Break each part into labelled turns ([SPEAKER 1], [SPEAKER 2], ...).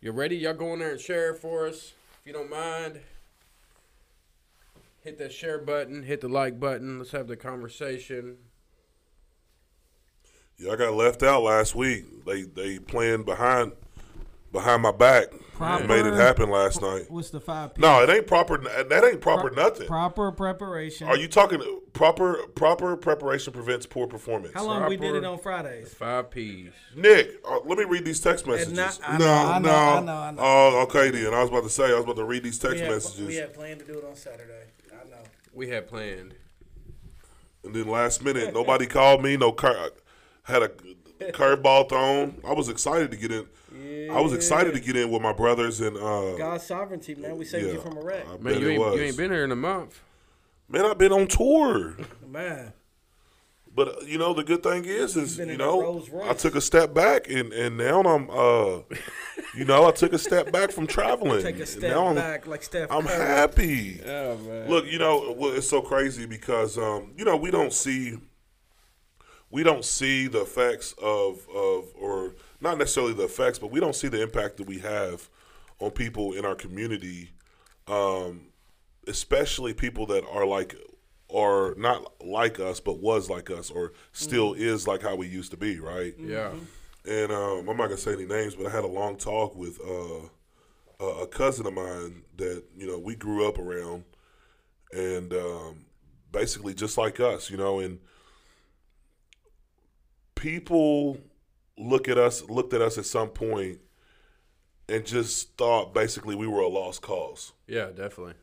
[SPEAKER 1] You ready? Y'all go in there and share it for us. If you don't mind, hit that share button, hit the like button. Let's have the conversation.
[SPEAKER 2] Y'all got left out last week. They they playing behind behind my back.
[SPEAKER 3] Proper-
[SPEAKER 2] and made it happen last night.
[SPEAKER 3] What's the five? P?
[SPEAKER 2] No, it ain't proper. That ain't proper nothing.
[SPEAKER 3] Proper preparation.
[SPEAKER 2] Are you talking proper? Proper preparation prevents poor performance.
[SPEAKER 4] How long we did
[SPEAKER 1] Proper-
[SPEAKER 4] it on Fridays?
[SPEAKER 1] Five P's.
[SPEAKER 2] Nick, uh, let me read these text messages.
[SPEAKER 4] not- I
[SPEAKER 2] no,
[SPEAKER 4] know,
[SPEAKER 3] I
[SPEAKER 2] no.
[SPEAKER 3] know, I know, I know.
[SPEAKER 2] Oh, okay then. I was about to say I was about to read these text
[SPEAKER 4] we had,
[SPEAKER 2] messages,
[SPEAKER 4] We had planned to do it on Saturday. I know.
[SPEAKER 1] We had planned.
[SPEAKER 2] and then last minute nobody called me. No, cur- had a curveball thrown. I was excited to get in. I was excited to get in with my brothers and. Uh,
[SPEAKER 4] God's sovereignty, man. We saved
[SPEAKER 2] yeah, Uh,
[SPEAKER 4] you from a wreck.
[SPEAKER 2] I
[SPEAKER 1] Man,
[SPEAKER 2] bet
[SPEAKER 1] you
[SPEAKER 2] it
[SPEAKER 1] ain't,
[SPEAKER 2] was.
[SPEAKER 1] you ain't been here in a month.
[SPEAKER 2] Man, I've been on tour.
[SPEAKER 4] man,
[SPEAKER 2] But uh, you know, the good thing is, is
[SPEAKER 4] been
[SPEAKER 2] you
[SPEAKER 4] in a
[SPEAKER 2] know,
[SPEAKER 4] Rolls Royce.
[SPEAKER 2] I took a step back, and and now I'm, uh, you know, I took a step back from traveling.
[SPEAKER 4] take a
[SPEAKER 2] And
[SPEAKER 4] step
[SPEAKER 2] now I'm,
[SPEAKER 4] back like Steph
[SPEAKER 2] I'm
[SPEAKER 4] Curry.
[SPEAKER 2] happy.
[SPEAKER 1] Oh man.
[SPEAKER 2] Look, you know, well, it's so crazy because um, you know we don't see, we don't see the effects of of or not necessarily the effects, but we don't see the impact that we have on people in our community, um, especially people that are like are not like us, but was like us, or still is like how we used to be, right?
[SPEAKER 1] Yeah.
[SPEAKER 2] and um, I'm not gonna say any names, but I had a long talk with uh, a, a cousin of mine that you know we grew up around, and um, basically just like us, you know, and people look at us looked at us at some point and just thought basically we were a lost cause.
[SPEAKER 1] Yeah, definitely.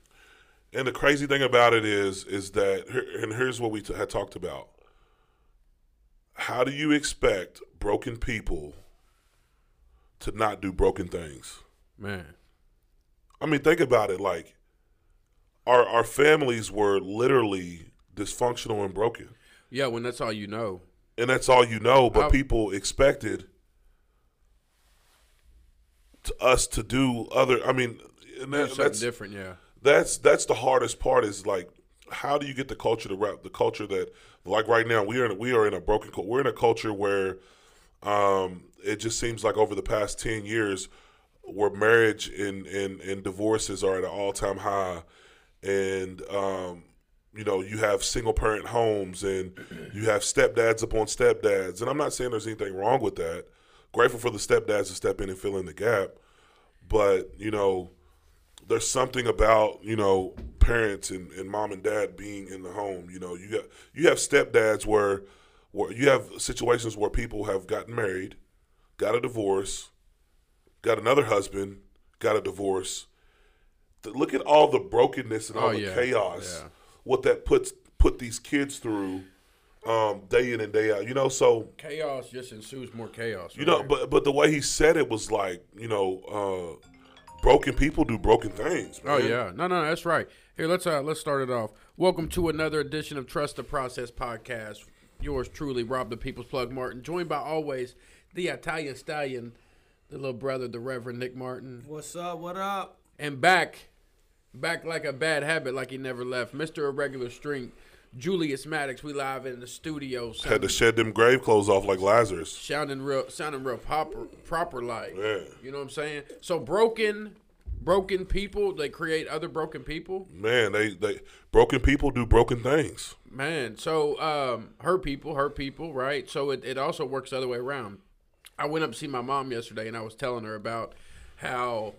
[SPEAKER 2] And the crazy thing about it is, is that, and here's what we t- had talked about. How do you expect broken people to not do broken things?
[SPEAKER 1] Man.
[SPEAKER 2] I mean, think about it. Like, our our families were literally dysfunctional and broken,
[SPEAKER 1] Yeah, when that's all you know.
[SPEAKER 2] and that's all you know. But
[SPEAKER 1] I-
[SPEAKER 2] people expected to us to do other. I mean, and
[SPEAKER 1] There's
[SPEAKER 2] that,
[SPEAKER 1] something
[SPEAKER 2] that's
[SPEAKER 1] different, yeah.
[SPEAKER 2] that's that's the hardest part is like how do you get the culture to wrap the culture that like right now we are in, we are in a broken cul- we're in a culture where um it just seems like over the past 10 years where marriage and and, and divorces are at an all-time high and um you know you have single parent homes and you have stepdads upon stepdads and i'm not saying there's anything wrong with that grateful for the stepdads to step in and fill in the gap but you know there's something about you know parents and, and mom and dad being in the home you know you got you have stepdads where where you have situations where people have gotten married got a divorce got another husband got a divorce Th- look at all the brokenness and all
[SPEAKER 1] Oh,
[SPEAKER 2] the
[SPEAKER 1] yeah.
[SPEAKER 2] chaos
[SPEAKER 1] Yeah.
[SPEAKER 2] what that puts put these kids through um, day in and day out you know so
[SPEAKER 1] Chaos just ensues more chaos.
[SPEAKER 2] you know,
[SPEAKER 1] right?
[SPEAKER 2] but but the way he said it was like, you know, uh, broken people do broken things.
[SPEAKER 1] Oh
[SPEAKER 2] man.
[SPEAKER 1] yeah, no, no, that's right. Here, let's uh, let's start it off. Welcome to another edition of Trust the Process podcast. Yours truly, Rob the People's Plug Martin, joined by always the Italian stallion, the little brother, the Reverend Nick Martin,
[SPEAKER 4] What's up? What up?
[SPEAKER 1] and back, back like a bad habit, like he never left, Mister Irregular String, Julius Maddox. We live in the studio,
[SPEAKER 2] Had to
[SPEAKER 1] sounding,
[SPEAKER 2] shed them grave clothes off like Lazarus.
[SPEAKER 1] sounding real, sounding real proper, proper like.
[SPEAKER 2] Yeah.
[SPEAKER 1] You know what I'm saying? So broken, broken people, they create other broken people.
[SPEAKER 2] Man, they they broken people do broken things.
[SPEAKER 1] Man, so um, her people, her people, right? So it, it also works the other way around. I went up to see my mom yesterday, and I was telling her about how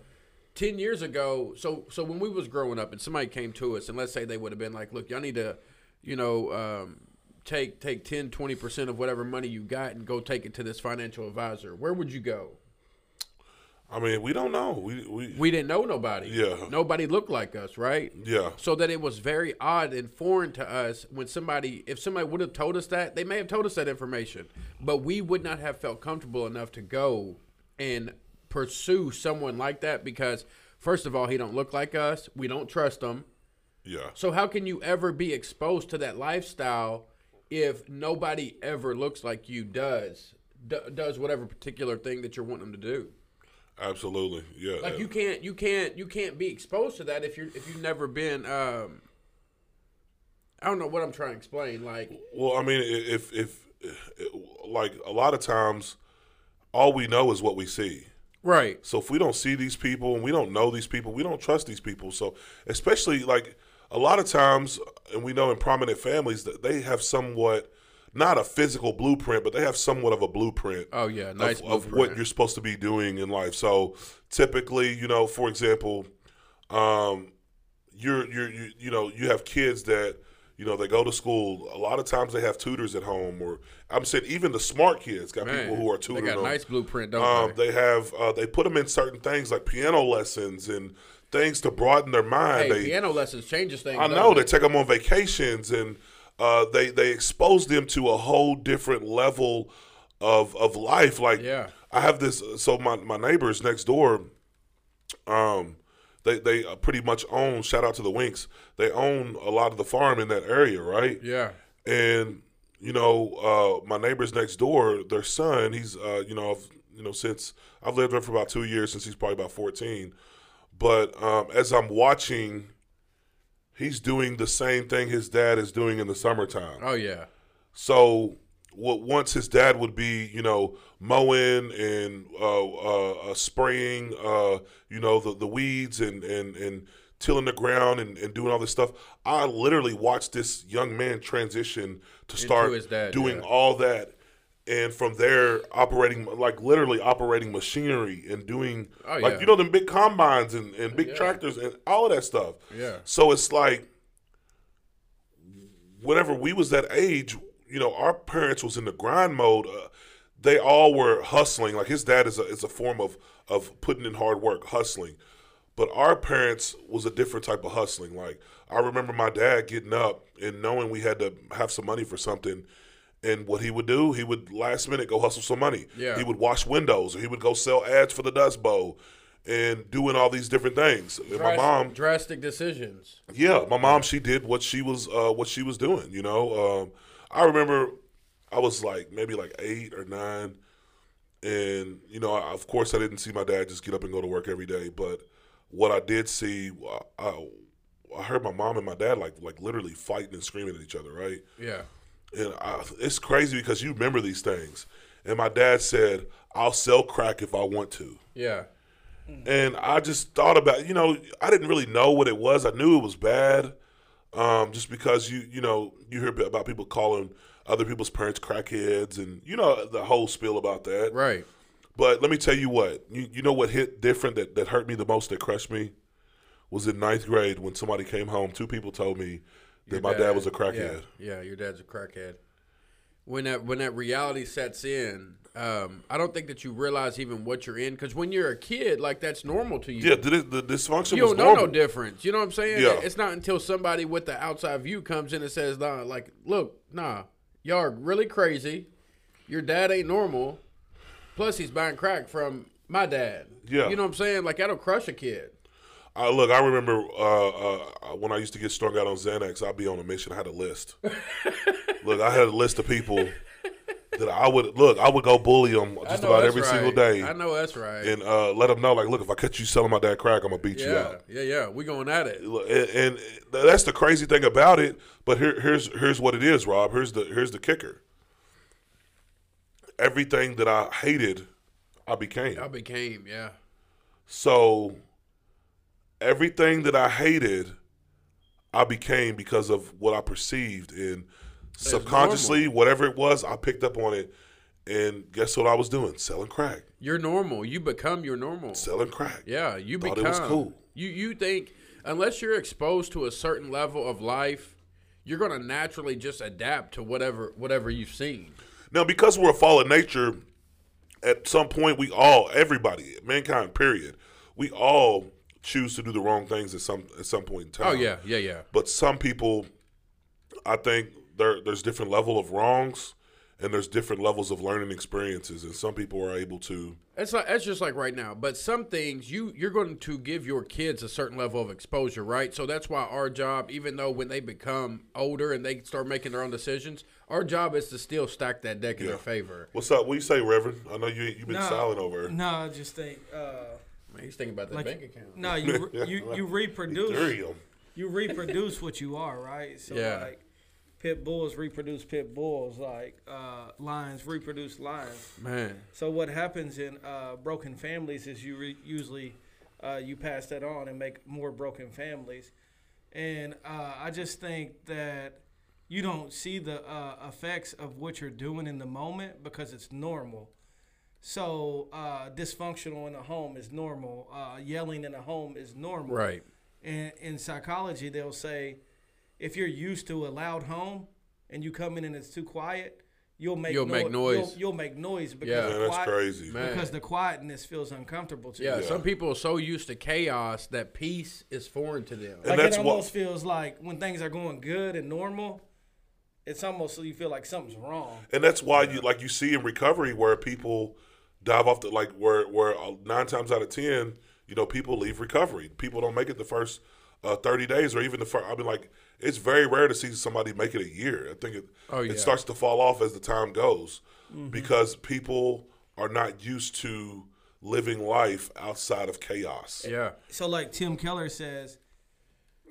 [SPEAKER 1] ten years ago. So so when we was growing up, and somebody came to us, and let's say they would have been like, "Look, y'all need to, you know, um, take take 10, 20 percent of whatever money you got, and go take it to this financial advisor." Where would you go?
[SPEAKER 2] I mean, we don't know. We we,
[SPEAKER 1] We didn't know nobody.
[SPEAKER 2] Yeah.
[SPEAKER 1] nobody looked like us, right?
[SPEAKER 2] yeah.
[SPEAKER 1] so that it was very odd and foreign to us when somebody if somebody would have told us that they may have told us that information but we would not have felt comfortable enough to go and pursue someone like that because first of all he don't look like us we don't trust him
[SPEAKER 2] Yeah.
[SPEAKER 1] so how can you ever be exposed to that lifestyle if nobody ever looks like you does d- does whatever particular thing that you're wanting them to do
[SPEAKER 2] Absolutely. Yeah.
[SPEAKER 1] like you can't you can't you can't be exposed to that if you're if you've never been um i don't know what i'm trying to explain like
[SPEAKER 2] Well, I mean, i- if if like a lot of times all we know is what we see.
[SPEAKER 1] Right.
[SPEAKER 2] So if we don't see these people and we don't know these people, we don't trust these people. So especially like a lot of times, and we know in prominent families that they have somewhat not a physical blueprint, but they have somewhat of a blueprint.
[SPEAKER 1] Oh, yeah, nice
[SPEAKER 2] of, of what
[SPEAKER 1] blueprint.
[SPEAKER 2] you're supposed to be doing in life. So typically, you know, for example, um, you're you're you, you know you have kids that you know they go to school. A lot of times they have tutors at home, or I'm saying even the smart kids got
[SPEAKER 1] Man,
[SPEAKER 2] people who are
[SPEAKER 1] They
[SPEAKER 2] tutoring
[SPEAKER 1] got a
[SPEAKER 2] them.
[SPEAKER 1] nice blueprint, don't
[SPEAKER 2] Um,
[SPEAKER 1] they?
[SPEAKER 2] they have uh, they put them in certain things like piano lessons and things to broaden their mind.
[SPEAKER 1] Hey,
[SPEAKER 2] they,
[SPEAKER 1] piano lessons changes things.
[SPEAKER 2] I
[SPEAKER 1] don't
[SPEAKER 2] know they
[SPEAKER 1] they?
[SPEAKER 2] take them on vacations and uh, they they expose them to a whole different level of of life. Like
[SPEAKER 1] Yeah.
[SPEAKER 2] I have this. So my my neighbors next door, um, they they pretty much own. Shout out to the Winks. They own a lot of the farm in that area, right?
[SPEAKER 1] Yeah.
[SPEAKER 2] and you know uh, my neighbors next door their son he's uh, you know I've, you know since i've lived there for about two years since he's probably about 14 but um, as i'm watching he's doing the same thing his dad is doing in the summertime
[SPEAKER 1] Oh yeah.
[SPEAKER 2] so what once his dad would be, you know, mowing and uh, uh, uh, spraying, uh, you know, the, the weeds and, and, and tilling the ground and, and doing all this stuff. I literally watched this young man transition to start
[SPEAKER 1] his dad,
[SPEAKER 2] doing
[SPEAKER 1] yeah.
[SPEAKER 2] all that. And from there, operating like literally operating machinery and doing
[SPEAKER 1] Oh,
[SPEAKER 2] like
[SPEAKER 1] yeah.
[SPEAKER 2] you know them big combines and, and big tractors and all of that stuff.
[SPEAKER 1] Yeah.
[SPEAKER 2] So it's like whenever we was that age, you know, our parents was in the grind mode. Uh, they all were hustling. Like his dad is a is a form of of putting in hard work, hustling. But our parents was a different type of hustling. Like I remember my dad getting up and knowing we had to have some money for something. And what he would do, he would last minute go hustle some money.
[SPEAKER 1] Yeah.
[SPEAKER 2] He would wash windows, or he would go sell ads for the Dust Bowl, and doing all these different things. And my
[SPEAKER 1] Drastic-
[SPEAKER 2] mom,
[SPEAKER 1] Drastic decisions.
[SPEAKER 2] yeah, my mom she did what she was uh, what she was doing. You know, um, I remember I was like maybe like eight or nine, and you know, I, of course I didn't see my dad just get up and go to work every day. But what I did see, I, I, I heard my mom and my dad like like literally fighting and screaming at each other. Right,
[SPEAKER 1] Yeah.
[SPEAKER 2] and I, it's crazy because you remember these things. And my dad said, "I'll sell crack if I want to."
[SPEAKER 1] Yeah.
[SPEAKER 2] and I just thought about you know I didn't really know what it was. I knew it was bad, um, just because you you know you hear about people calling other people's parents crackheads and you know the whole spiel about that.
[SPEAKER 1] Right.
[SPEAKER 2] But let me tell you what you you know what hit different that that hurt me the most that crushed me was in ninth grade when somebody came home. Two people told me that my dad, was a crackhead.
[SPEAKER 1] Yeah, yeah, your dad's a crackhead. When that when that reality sets in, um, I don't think that you realize even what you're in because when you're a kid, like that's normal to you.
[SPEAKER 2] Yeah, the, the dysfunction
[SPEAKER 1] You
[SPEAKER 2] was
[SPEAKER 1] don't know
[SPEAKER 2] normal.
[SPEAKER 1] no difference. You know what I'm saying?
[SPEAKER 2] Yeah.
[SPEAKER 1] It's not until somebody with the outside view comes in and says, nah, like, look, nah, y'all are really crazy. Your dad ain't normal. Plus, he's buying crack from my dad.
[SPEAKER 2] Yeah.
[SPEAKER 1] You know what I'm saying? Like, that'll crush a kid.
[SPEAKER 2] I look. I remember uh, uh, when I used to get strung out on Xanax. I'd be on a mission. I had a list. look, I had a list of people that I would look. I would go bully them
[SPEAKER 1] I
[SPEAKER 2] just
[SPEAKER 1] know
[SPEAKER 2] about
[SPEAKER 1] that's
[SPEAKER 2] every
[SPEAKER 1] right.
[SPEAKER 2] single day,
[SPEAKER 1] I know that's right.
[SPEAKER 2] and uh, let them know like, look, if I catch you selling my dad crack, I'm gonna beat you
[SPEAKER 1] yeah,
[SPEAKER 2] out.
[SPEAKER 1] yeah, yeah. We going at it.
[SPEAKER 2] Look, And, and that's the crazy thing about it. But here, here's here's what it is, Rob. Here's the here's the kicker. Everything that I hated, I became.
[SPEAKER 1] I became, yeah.
[SPEAKER 2] So everything that I hated, I became because of what I perceived and subconsciously, whatever it was, I picked up on it. And guess what I was doing? Selling crack.
[SPEAKER 1] You're normal. You become your normal.
[SPEAKER 2] Selling crack.
[SPEAKER 1] Yeah, you
[SPEAKER 2] Thought it
[SPEAKER 1] become.
[SPEAKER 2] was cool.
[SPEAKER 1] You you think unless you're exposed to a certain level of life, you're gonna naturally just adapt to whatever whatever you've seen.
[SPEAKER 2] Now, because we're a fallen nature, at some point we all, everybody, mankind, period, we all choose to do the wrong things at some at some point in time.
[SPEAKER 1] Oh yeah, yeah, yeah.
[SPEAKER 2] but some people i think there there's different level of wrongs and there's different levels of learning experiences and some people are able to
[SPEAKER 1] It's like that's just like right now. But some things you you're going to give your kids a certain level of exposure, right? So that's why our job, even though when they become older and they start making their own decisions, our job is to still stack that deck in
[SPEAKER 2] Yeah.
[SPEAKER 1] their favor.
[SPEAKER 2] what's up what you say reverend i know you you've been silent over it.
[SPEAKER 4] No, I just think. Uh,
[SPEAKER 1] Man, he's thinking about that
[SPEAKER 4] like,
[SPEAKER 1] bank account.
[SPEAKER 4] no, you you you
[SPEAKER 2] Damn.
[SPEAKER 4] reproduce.
[SPEAKER 2] Damn.
[SPEAKER 4] You reproduce what you are, right? So
[SPEAKER 1] Yeah.
[SPEAKER 4] like pit bulls reproduce pit bulls, like uh, lions reproduce lions.
[SPEAKER 1] Man,
[SPEAKER 4] So what happens in uh, broken families is you re- usually uh, you pass that on and make more broken families, and uh, I just think that you don't see the uh, effects of what you're doing in the moment because it's normal. So uh, dysfunctional in a home is normal. Uh, yelling in a home is normal.
[SPEAKER 1] right.
[SPEAKER 4] And in psychology, they'll say if you're used to a loud home and you come in and it's too quiet, you'll make
[SPEAKER 1] You'll make noise.
[SPEAKER 4] You'll, you'll make noise because
[SPEAKER 1] Yeah.
[SPEAKER 4] the
[SPEAKER 2] Man, that's
[SPEAKER 4] quiet-
[SPEAKER 2] crazy.
[SPEAKER 1] Man.
[SPEAKER 4] because the quietness feels uncomfortable to
[SPEAKER 1] Yeah,
[SPEAKER 4] you.
[SPEAKER 1] some people are so used to chaos that peace is foreign to them.
[SPEAKER 2] And
[SPEAKER 4] Like it
[SPEAKER 2] that's what-
[SPEAKER 4] almost feels like when things are going good and normal, it's almost you feel like something's wrong.
[SPEAKER 2] and that's why you like you see in recovery where people dive off the like where where uh, nine times out of ten you know people leave recovery people don't make it the first uh, 30 days or even the first i mean like it's very rare to see somebody make it a year i think it,
[SPEAKER 1] Oh, yeah. Mm-hmm.
[SPEAKER 2] it starts to fall off as the time goes because people are not used to living life outside of chaos
[SPEAKER 1] Yeah,
[SPEAKER 4] So like Tim Keller says,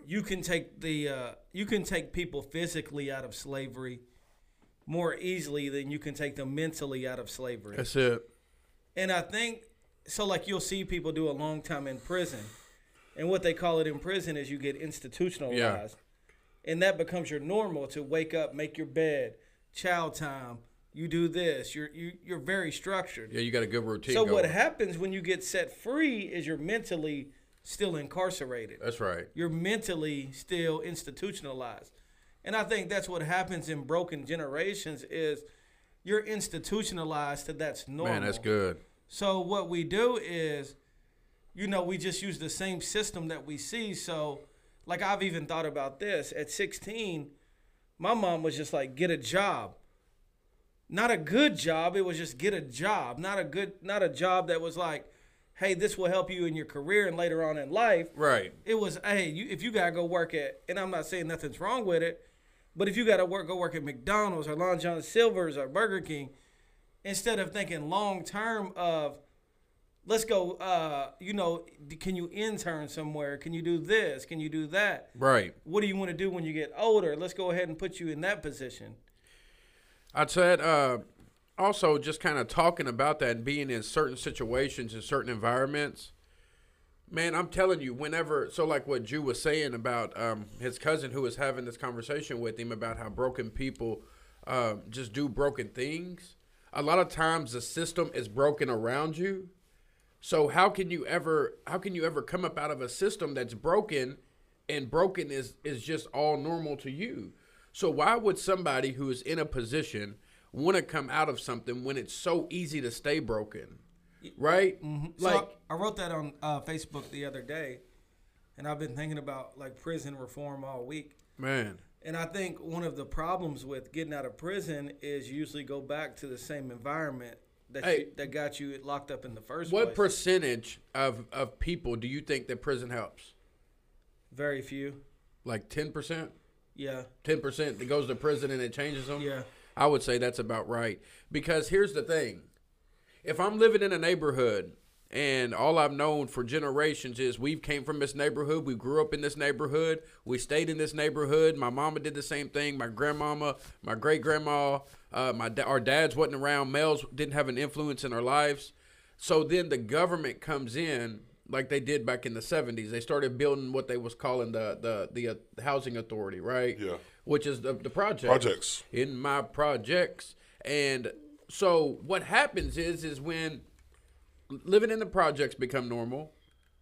[SPEAKER 4] you can take the uh, you can take people physically out of slavery more easily than you can take them mentally out of slavery.
[SPEAKER 1] that's it.
[SPEAKER 4] And I think so. Like you'll see people do a long time in prison, and what they call it in prison is you get institutionalized, and that becomes your normal to wake up, make your bed, child time. You do this. You're you, you're very structured.
[SPEAKER 1] Yeah, you got a good routine.
[SPEAKER 4] so what
[SPEAKER 1] going.
[SPEAKER 4] happens when you get set free is you're mentally still incarcerated.
[SPEAKER 1] That's right.
[SPEAKER 4] You're mentally still institutionalized. And I think that's what happens in broken generations is you're institutionalized to that's normal.
[SPEAKER 1] Man, that's good.
[SPEAKER 4] So what we do is, you know, we just use the same system that we see. So, like I've even thought about this. At 16, my mom was just like, "Get a job." Not a good job. It was just get a job. Not a good. Not a job that was like, "Hey, this will help you in your career and later on in life."
[SPEAKER 1] Right.
[SPEAKER 4] It was, "Hey, you, if you gotta go work at," and I'm not saying nothing's wrong with it, but if you gotta work, go work at McDonald's or Long John Silver's or Burger King instead of thinking long term of let's go uh you know d- can you intern somewhere can you do this can you do that
[SPEAKER 1] Right.
[SPEAKER 4] what do you want to do when you get older let's go ahead and put you in that position
[SPEAKER 1] I'd said uh, also just kind of talking about that and being in certain situations and certain environments. Man, I'm telling you, whenever so like what Jew was saying about um, his cousin who was having this conversation with him about how broken people um, just do broken things. A lot of times the system is broken around you. So how can you ever how can you ever come up out of a system that's broken and broken is is just all normal to you? So why would somebody who is in a position want to come out of something when it's so easy to stay broken? Right? Like
[SPEAKER 4] so I, I wrote that on uh, facebook the other day and i've been thinking about like prison reform all week
[SPEAKER 1] man,
[SPEAKER 4] and i think one of the problems with getting out of prison is you usually go back to the same environment that,
[SPEAKER 1] Hey.
[SPEAKER 4] you, that got you locked up in the first
[SPEAKER 1] what
[SPEAKER 4] place
[SPEAKER 1] percentage of of people do you think that prison helps?
[SPEAKER 4] very few
[SPEAKER 1] Like 10%?
[SPEAKER 4] yeah
[SPEAKER 1] ten percent that goes to prison and it changes them.
[SPEAKER 4] Yeah.
[SPEAKER 1] I would say that's about right. Because here's the thing: if I'm living in a neighborhood and all I've known for generations is we've came from this neighborhood, we grew up in this neighborhood, we stayed in this neighborhood. My mama did the same thing. My grandmama, my great grandma, uh, my da- our dads wasn't around. Males didn't have an influence in our lives. So then the government comes in like they did back in the 70s. They started building what they was calling the the the uh, housing authority, right?
[SPEAKER 2] Yeah.
[SPEAKER 1] Which is the the project.
[SPEAKER 2] Projects.
[SPEAKER 1] In my projects. And so what happens is is when living in the projects become normal,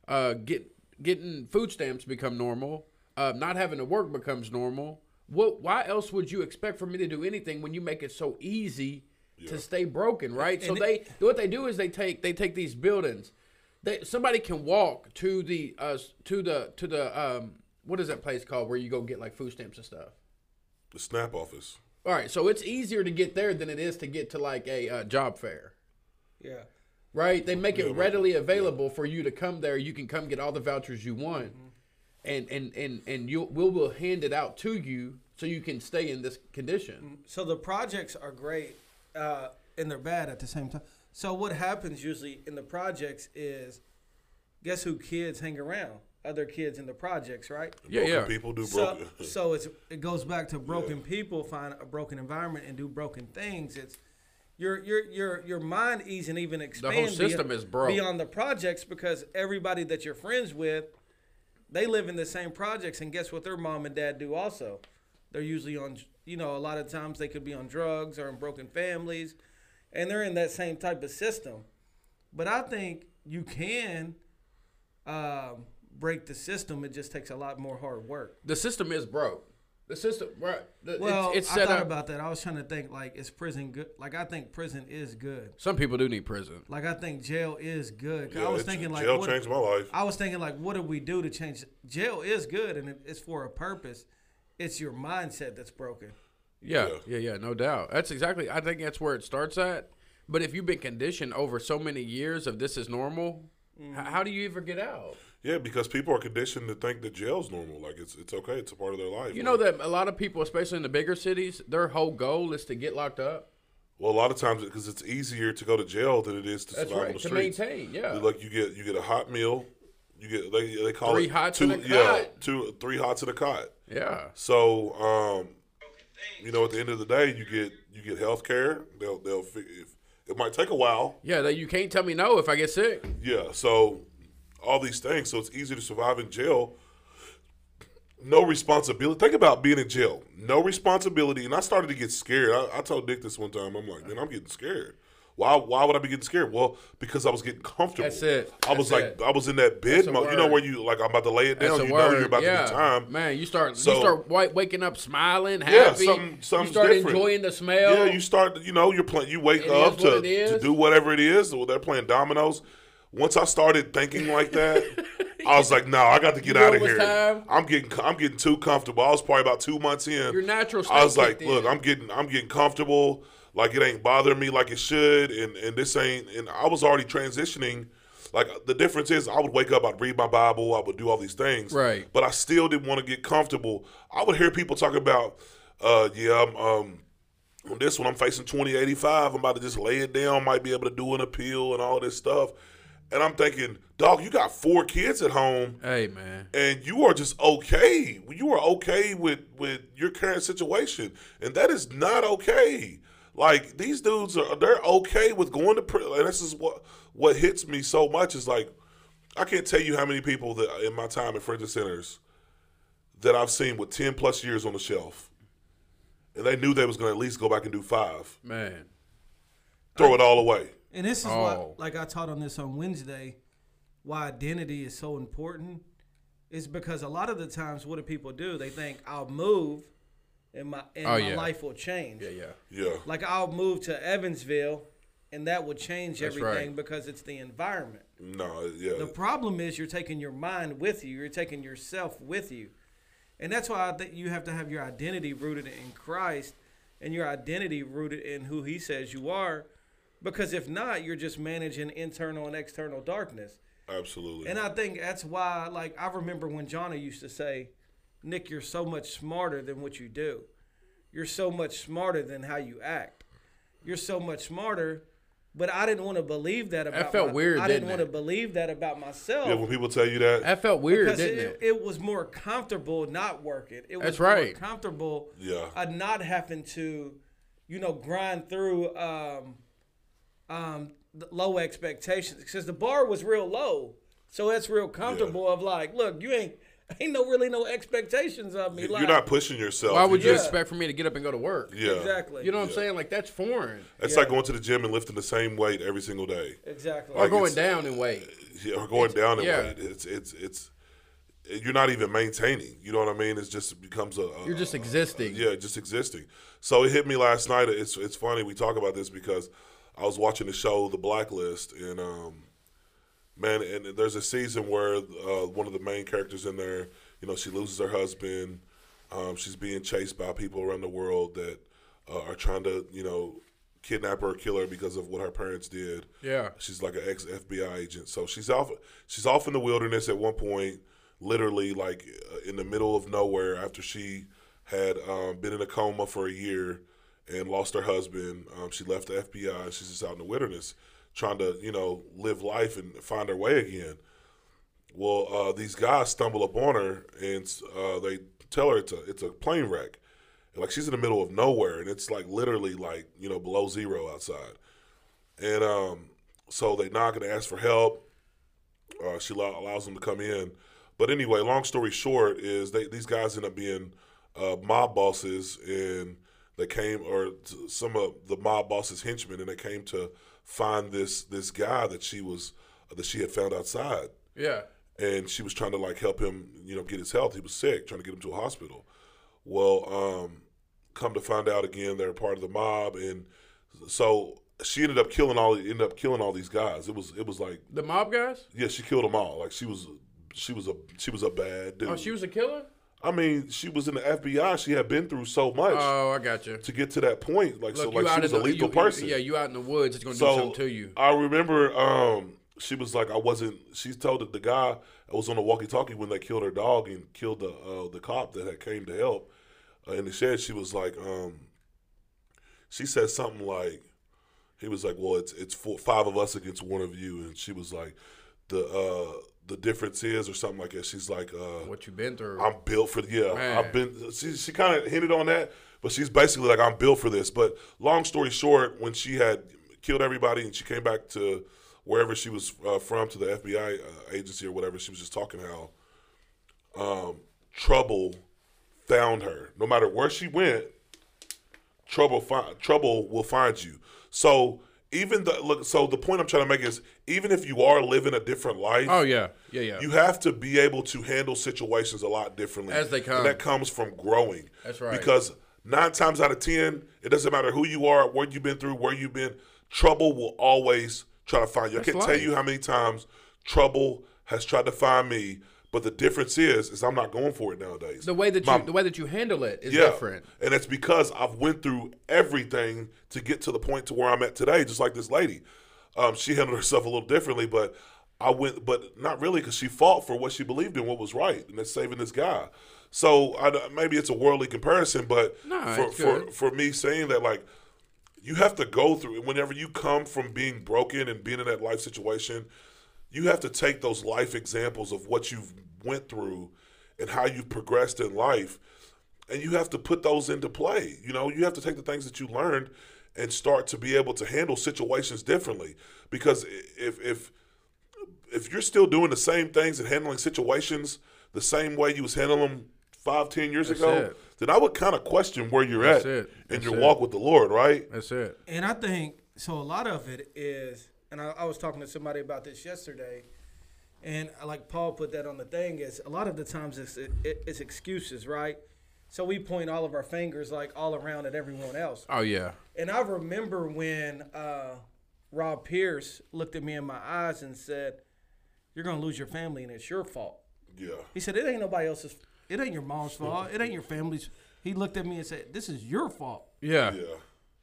[SPEAKER 1] uh get getting food stamps become normal, uh not having to work becomes normal. What why else would you expect for me to do anything when you make it so easy to stay broken, right? So
[SPEAKER 4] And
[SPEAKER 1] they what they do is they take they take these buildings. They, somebody can walk to the uh, to the to the um, what is that place called where you go get like food stamps and stuff.
[SPEAKER 2] the snap office
[SPEAKER 1] All right, so it's easier to get there than it is to get to like a uh, job fair,
[SPEAKER 4] yeah
[SPEAKER 1] right? They make it readily available for you to come there. You can come get all the vouchers you want, and and and and you will we'll hand it out to you so you can stay in this condition.
[SPEAKER 4] so the projects are great uh, and they're bad at the same time. So what happens usually in the projects is, guess who kids hang around? other kids in the projects, right?
[SPEAKER 1] Yeah, yeah.
[SPEAKER 2] People do
[SPEAKER 4] So,
[SPEAKER 2] broken.
[SPEAKER 4] so it's it goes back to broken people find a broken environment and do broken things. It's your your your your mind easing even expand
[SPEAKER 1] system
[SPEAKER 4] beyond,
[SPEAKER 1] is broke.
[SPEAKER 4] beyond the projects because everybody that you're friends with, they live in the same projects and guess what their mom and dad do also. They're usually on you know a lot of times they could be on drugs or in broken families, and they're in that same type of system. But I think you can um, break the system. It just takes a lot more hard work.
[SPEAKER 1] The system is broke. The system, right? the- it's-
[SPEAKER 4] Well,
[SPEAKER 1] it's,
[SPEAKER 4] I
[SPEAKER 1] set
[SPEAKER 4] thought
[SPEAKER 1] up.
[SPEAKER 4] about that. I was trying to think like, is prison good? Like, I think prison is good.
[SPEAKER 1] Some people do need prison.
[SPEAKER 4] Like, I think jail is good. 'Cause
[SPEAKER 2] Yeah,
[SPEAKER 4] I was
[SPEAKER 2] it's-
[SPEAKER 4] thinking like,
[SPEAKER 2] jail
[SPEAKER 4] what,
[SPEAKER 2] changed my life.
[SPEAKER 4] I was thinking like, what do we do to change? Jail is good, and it, it's for a purpose. It's your mindset that's broken.
[SPEAKER 1] Yeah, yeah,
[SPEAKER 2] Yeah.
[SPEAKER 1] yeah, no doubt. That's exactly. I think that's where it starts at. But if you've been conditioned over so many years of this is normal, h- how do you ever get out?
[SPEAKER 2] Yeah, because people are conditioned to think that jail's normal. Like it's it's okay. It's a part of their life.
[SPEAKER 1] You know that a lot of people, especially in the bigger cities, their whole goal is to get locked up.
[SPEAKER 2] Well, a lot of times because it's easier to go to jail than it is to
[SPEAKER 1] That's
[SPEAKER 2] survive on
[SPEAKER 1] right.
[SPEAKER 2] the
[SPEAKER 1] To
[SPEAKER 2] streets.
[SPEAKER 1] maintain, yeah.
[SPEAKER 2] Like you get you get a hot meal. You get they, they call
[SPEAKER 1] Three
[SPEAKER 2] it
[SPEAKER 1] hots
[SPEAKER 2] two,
[SPEAKER 1] and a
[SPEAKER 2] yeah
[SPEAKER 1] cot.
[SPEAKER 2] two three hots in a cot.
[SPEAKER 1] Yeah.
[SPEAKER 2] So um, you know at the end of the day you get you get health care. They'll they'll fi- if, it might take a while.
[SPEAKER 1] Yeah, that you can't tell me no if I get sick.
[SPEAKER 2] Yeah, so all these things. So it's easy to survive in jail. No responsibility. Think about being in jail. No responsibility. And I started to get scared. I, I told Dick this one time. I'm like, man, I'm getting scared. Why, why would I be getting scared? Well, because I was getting comfortable.
[SPEAKER 1] That's it.
[SPEAKER 2] I was
[SPEAKER 1] That's
[SPEAKER 2] like,
[SPEAKER 1] it.
[SPEAKER 2] I was in that bed
[SPEAKER 1] a
[SPEAKER 2] mode. You know
[SPEAKER 1] word.
[SPEAKER 2] where you like, I'm about to lay it down.
[SPEAKER 1] That's a
[SPEAKER 2] you know
[SPEAKER 1] word.
[SPEAKER 2] you're about
[SPEAKER 1] yeah.
[SPEAKER 2] to get time.
[SPEAKER 1] Man, you start you
[SPEAKER 2] So-
[SPEAKER 1] start wa- waking up smiling, happy.
[SPEAKER 2] Yeah, something, something
[SPEAKER 1] you start
[SPEAKER 2] different.
[SPEAKER 1] enjoying the smell.
[SPEAKER 2] Yeah, you start. You know, you're playing. You wake
[SPEAKER 1] It
[SPEAKER 2] up
[SPEAKER 1] is what
[SPEAKER 2] to,
[SPEAKER 1] it is.
[SPEAKER 2] to do whatever it is. Well, they're playing dominoes. Once I started thinking like that, I was like, "No, I got to get
[SPEAKER 1] know
[SPEAKER 2] out
[SPEAKER 1] it
[SPEAKER 2] of
[SPEAKER 1] was
[SPEAKER 2] here.
[SPEAKER 1] time?
[SPEAKER 2] I'm getting, I'm getting too comfortable. I was probably about two months in.
[SPEAKER 1] Your natural
[SPEAKER 2] I was
[SPEAKER 1] state
[SPEAKER 2] like,
[SPEAKER 1] kicked
[SPEAKER 2] "Look,
[SPEAKER 1] in.
[SPEAKER 2] I'm getting, I'm getting comfortable. Like it ain't bothering me like it should, and and this ain't. And I was already transitioning. Like the difference is, I would wake up, I'd read my Bible, I would do all these things,
[SPEAKER 1] Right.
[SPEAKER 2] But I still didn't want to get comfortable. I would hear people talk about, uh, yeah, I'm, um, on this one, I'm facing 2085. I'm about to just lay it down. Might be able to do an appeal and all this stuff. And I'm thinking, dog, you got four kids at home,
[SPEAKER 1] hey man.
[SPEAKER 2] and you are just okay. You are okay with with your current situation, and that is not okay. Like these dudes are, they're okay with going to prison. And this is what what hits me so much is like, I can't tell you how many people that in my time at French centers that I've seen with 10 plus years on the shelf, and they knew they was gonna at least go back and do five
[SPEAKER 1] Man.
[SPEAKER 2] throw it all away.
[SPEAKER 4] And this is
[SPEAKER 1] Oh.
[SPEAKER 4] what, like I taught on this on Wednesday, why identity is so important. Is because a lot of the times, what do people do? They think I'll move, and my and
[SPEAKER 1] Oh,
[SPEAKER 4] my
[SPEAKER 1] yeah.
[SPEAKER 4] life will change.
[SPEAKER 1] Yeah, yeah.
[SPEAKER 2] Yeah.
[SPEAKER 4] Like I'll move to Evansville, and that will change
[SPEAKER 1] That's
[SPEAKER 4] everything
[SPEAKER 1] right. Uh,
[SPEAKER 4] because it's the environment.
[SPEAKER 2] No, yeah.
[SPEAKER 4] The problem is you're taking your mind with you. You're taking yourself with you, and that's why I think you have to have your identity rooted in Christ, and your identity rooted in who He says you are, because if not, you're just managing internal and external darkness.
[SPEAKER 2] absolutely.
[SPEAKER 4] And I think that's why, like, I remember when Johnny used to say, Nick, you're so much smarter than what you do. You're so much smarter than how you act. You're so much smarter. But I didn't want to believe that about
[SPEAKER 1] felt
[SPEAKER 4] my-
[SPEAKER 1] weird,
[SPEAKER 4] I
[SPEAKER 1] didn't
[SPEAKER 4] want
[SPEAKER 1] it?
[SPEAKER 4] to believe that about myself.
[SPEAKER 2] yeah, when people tell you that,
[SPEAKER 1] That felt weird,
[SPEAKER 4] because
[SPEAKER 1] didn't
[SPEAKER 4] it,
[SPEAKER 1] it?
[SPEAKER 4] it was more comfortable not working. It was
[SPEAKER 1] That's right.
[SPEAKER 4] more comfortable
[SPEAKER 2] Yeah.
[SPEAKER 4] uh, not having to, you know, grind through um, um, the low expectations because the bar was real low. So it's real comfortable of like, look, you ain't ain't no really no expectations of me.
[SPEAKER 2] you're
[SPEAKER 4] like,
[SPEAKER 2] not pushing yourself.
[SPEAKER 1] Why would you
[SPEAKER 4] Yeah.
[SPEAKER 1] expect for me to get up and go to work?
[SPEAKER 2] Yeah.
[SPEAKER 4] exactly.
[SPEAKER 1] You know what I'm saying? Like that's foreign.
[SPEAKER 2] It's like going to the gym and lifting the same weight every single day,
[SPEAKER 4] exactly.
[SPEAKER 1] Or
[SPEAKER 2] Like-
[SPEAKER 1] going
[SPEAKER 2] it's-
[SPEAKER 1] down in weight.
[SPEAKER 2] Yeah, or going down in
[SPEAKER 1] yeah.
[SPEAKER 2] weight. It's it's it's you're not even maintaining. You know what I mean? It's just it becomes a, a
[SPEAKER 1] You're just existing.
[SPEAKER 2] Yeah, just existing. So it hit me last night. It's it's funny we talk about this because I was watching the show The Blacklist, and um, man, and there's a season where uh, one of the main characters in there, you know, she loses her husband. Um, she's being chased by people around the world that uh, are trying to, you know, kidnap her or kill her because of what her parents did.
[SPEAKER 1] Yeah.
[SPEAKER 2] She's like an ex FBI agent, so she's off. She's off in the wilderness at one point, literally like uh, in the middle of nowhere after she had um, been in a coma for a year and lost her husband. Um, she left the FBI. and She's just out in the wilderness, trying to you know live life and find her way again. Well, uh, these guys stumble upon her and uh, they tell her it's a it's a plane wreck. And, like she's in the middle of nowhere and it's like literally like you know below zero outside. And um, so they knock and ask for help. Uh, she allow, allows them to come in. But anyway, long story short is they these guys end up being uh, mob bosses and they came or t- some of the mob bosses henchmen and they came to find this this guy that she was that she had found outside
[SPEAKER 1] Yeah.
[SPEAKER 2] and she was trying to like help him, you know, get his health. He was sick, trying to get him to a hospital. Well, um, come to find out again, they're part of the mob, and so she ended up killing all ended up killing all these guys. It was it was like
[SPEAKER 1] The mob guys?
[SPEAKER 2] yeah, she killed them all. Like she was she was a she was a bad dude.
[SPEAKER 1] Oh, she was a killer?
[SPEAKER 2] I mean, she was in the FBI. She had been through so much
[SPEAKER 1] Oh, I got you.
[SPEAKER 2] to get to that point. Like so,
[SPEAKER 1] Look,
[SPEAKER 2] like
[SPEAKER 1] you out
[SPEAKER 2] she
[SPEAKER 1] in
[SPEAKER 2] was
[SPEAKER 1] the,
[SPEAKER 2] a lethal
[SPEAKER 1] you-
[SPEAKER 2] person.
[SPEAKER 1] Yeah, you out in the woods. It's gonna do
[SPEAKER 2] So
[SPEAKER 1] something to you.
[SPEAKER 2] I remember um, she was like, I wasn't. She told the guy I was on the walkie-talkie when they killed her dog and killed the uh, the cop that had came to help uh, in the shed. She was like, um, she said something like, he was like, well, it's it's four, five of us against one of you, and she was like, the uh, the difference is or something like that. She's like, uh,
[SPEAKER 1] What you been through?
[SPEAKER 2] I'm built for the yeah.
[SPEAKER 1] Man.
[SPEAKER 2] I've been she she kind of hinted on that, but she's basically like I'm built for this. But long story short, when she had killed everybody and she came back to wherever she was uh, from to the FBI uh, agency or whatever, she was just talking how um, trouble found her. No matter where she went, trouble fi- trouble will find you. So even the look, so the point I'm trying to make is even if you are living a different life,
[SPEAKER 1] oh yeah, yeah, yeah.
[SPEAKER 2] you have to be able to handle situations a lot differently
[SPEAKER 1] As they come.
[SPEAKER 2] And that comes from growing.
[SPEAKER 1] That's right.
[SPEAKER 2] Because nine times out of ten, it doesn't matter who you are, what you've been through, where you've been. Trouble will always try to find you. I can't tell
[SPEAKER 1] life.
[SPEAKER 2] you how many times trouble has tried to find me, but the difference is, is I'm not going for it nowadays.
[SPEAKER 1] the way that
[SPEAKER 2] My-
[SPEAKER 1] you the way that you handle it is different.
[SPEAKER 2] and it's because I've went through everything to get to the point to where I'm at today. Just like this lady, um, she handled herself a little differently, but I went, but not really, because she fought for what she believed in, what was right, and that's saving this guy. So I d maybe it's a worldly comparison, but
[SPEAKER 1] Nah,
[SPEAKER 2] for,
[SPEAKER 1] it's
[SPEAKER 2] for
[SPEAKER 1] good.
[SPEAKER 2] for me saying that, like you have to go through whenever you come from being broken and being in that life situation you have to take those life examples of what you've went through and how you've progressed in life and you have to put those into play you know you have to take the things that you learned and start to be able to handle situations differently because i- if if if you're still doing the same things and handling situations the same way you was handling them five ten years ago
[SPEAKER 1] it.
[SPEAKER 2] then i would kind of question where you're
[SPEAKER 1] That's
[SPEAKER 2] at
[SPEAKER 1] it.
[SPEAKER 2] in
[SPEAKER 1] That's
[SPEAKER 2] your
[SPEAKER 1] it.
[SPEAKER 2] walk with the lord right
[SPEAKER 1] That's it.
[SPEAKER 4] And I think so. A lot of it is, and I, I was talking to somebody about this yesterday, and uh, like Paul put that on the thing is a lot of the times it's it, it's excuses, right? So we point all of our fingers like all around at everyone else.
[SPEAKER 1] Oh yeah.
[SPEAKER 4] And I remember when uh, Rob Pierce looked at me in my eyes and said, "You're gonna lose your family, and it's your fault."
[SPEAKER 2] yeah
[SPEAKER 4] He said, "It ain't nobody else's. It ain't your mom's fault. It ain't your family's." He looked at me and said, "This is your fault."
[SPEAKER 1] Yeah.
[SPEAKER 2] Yeah.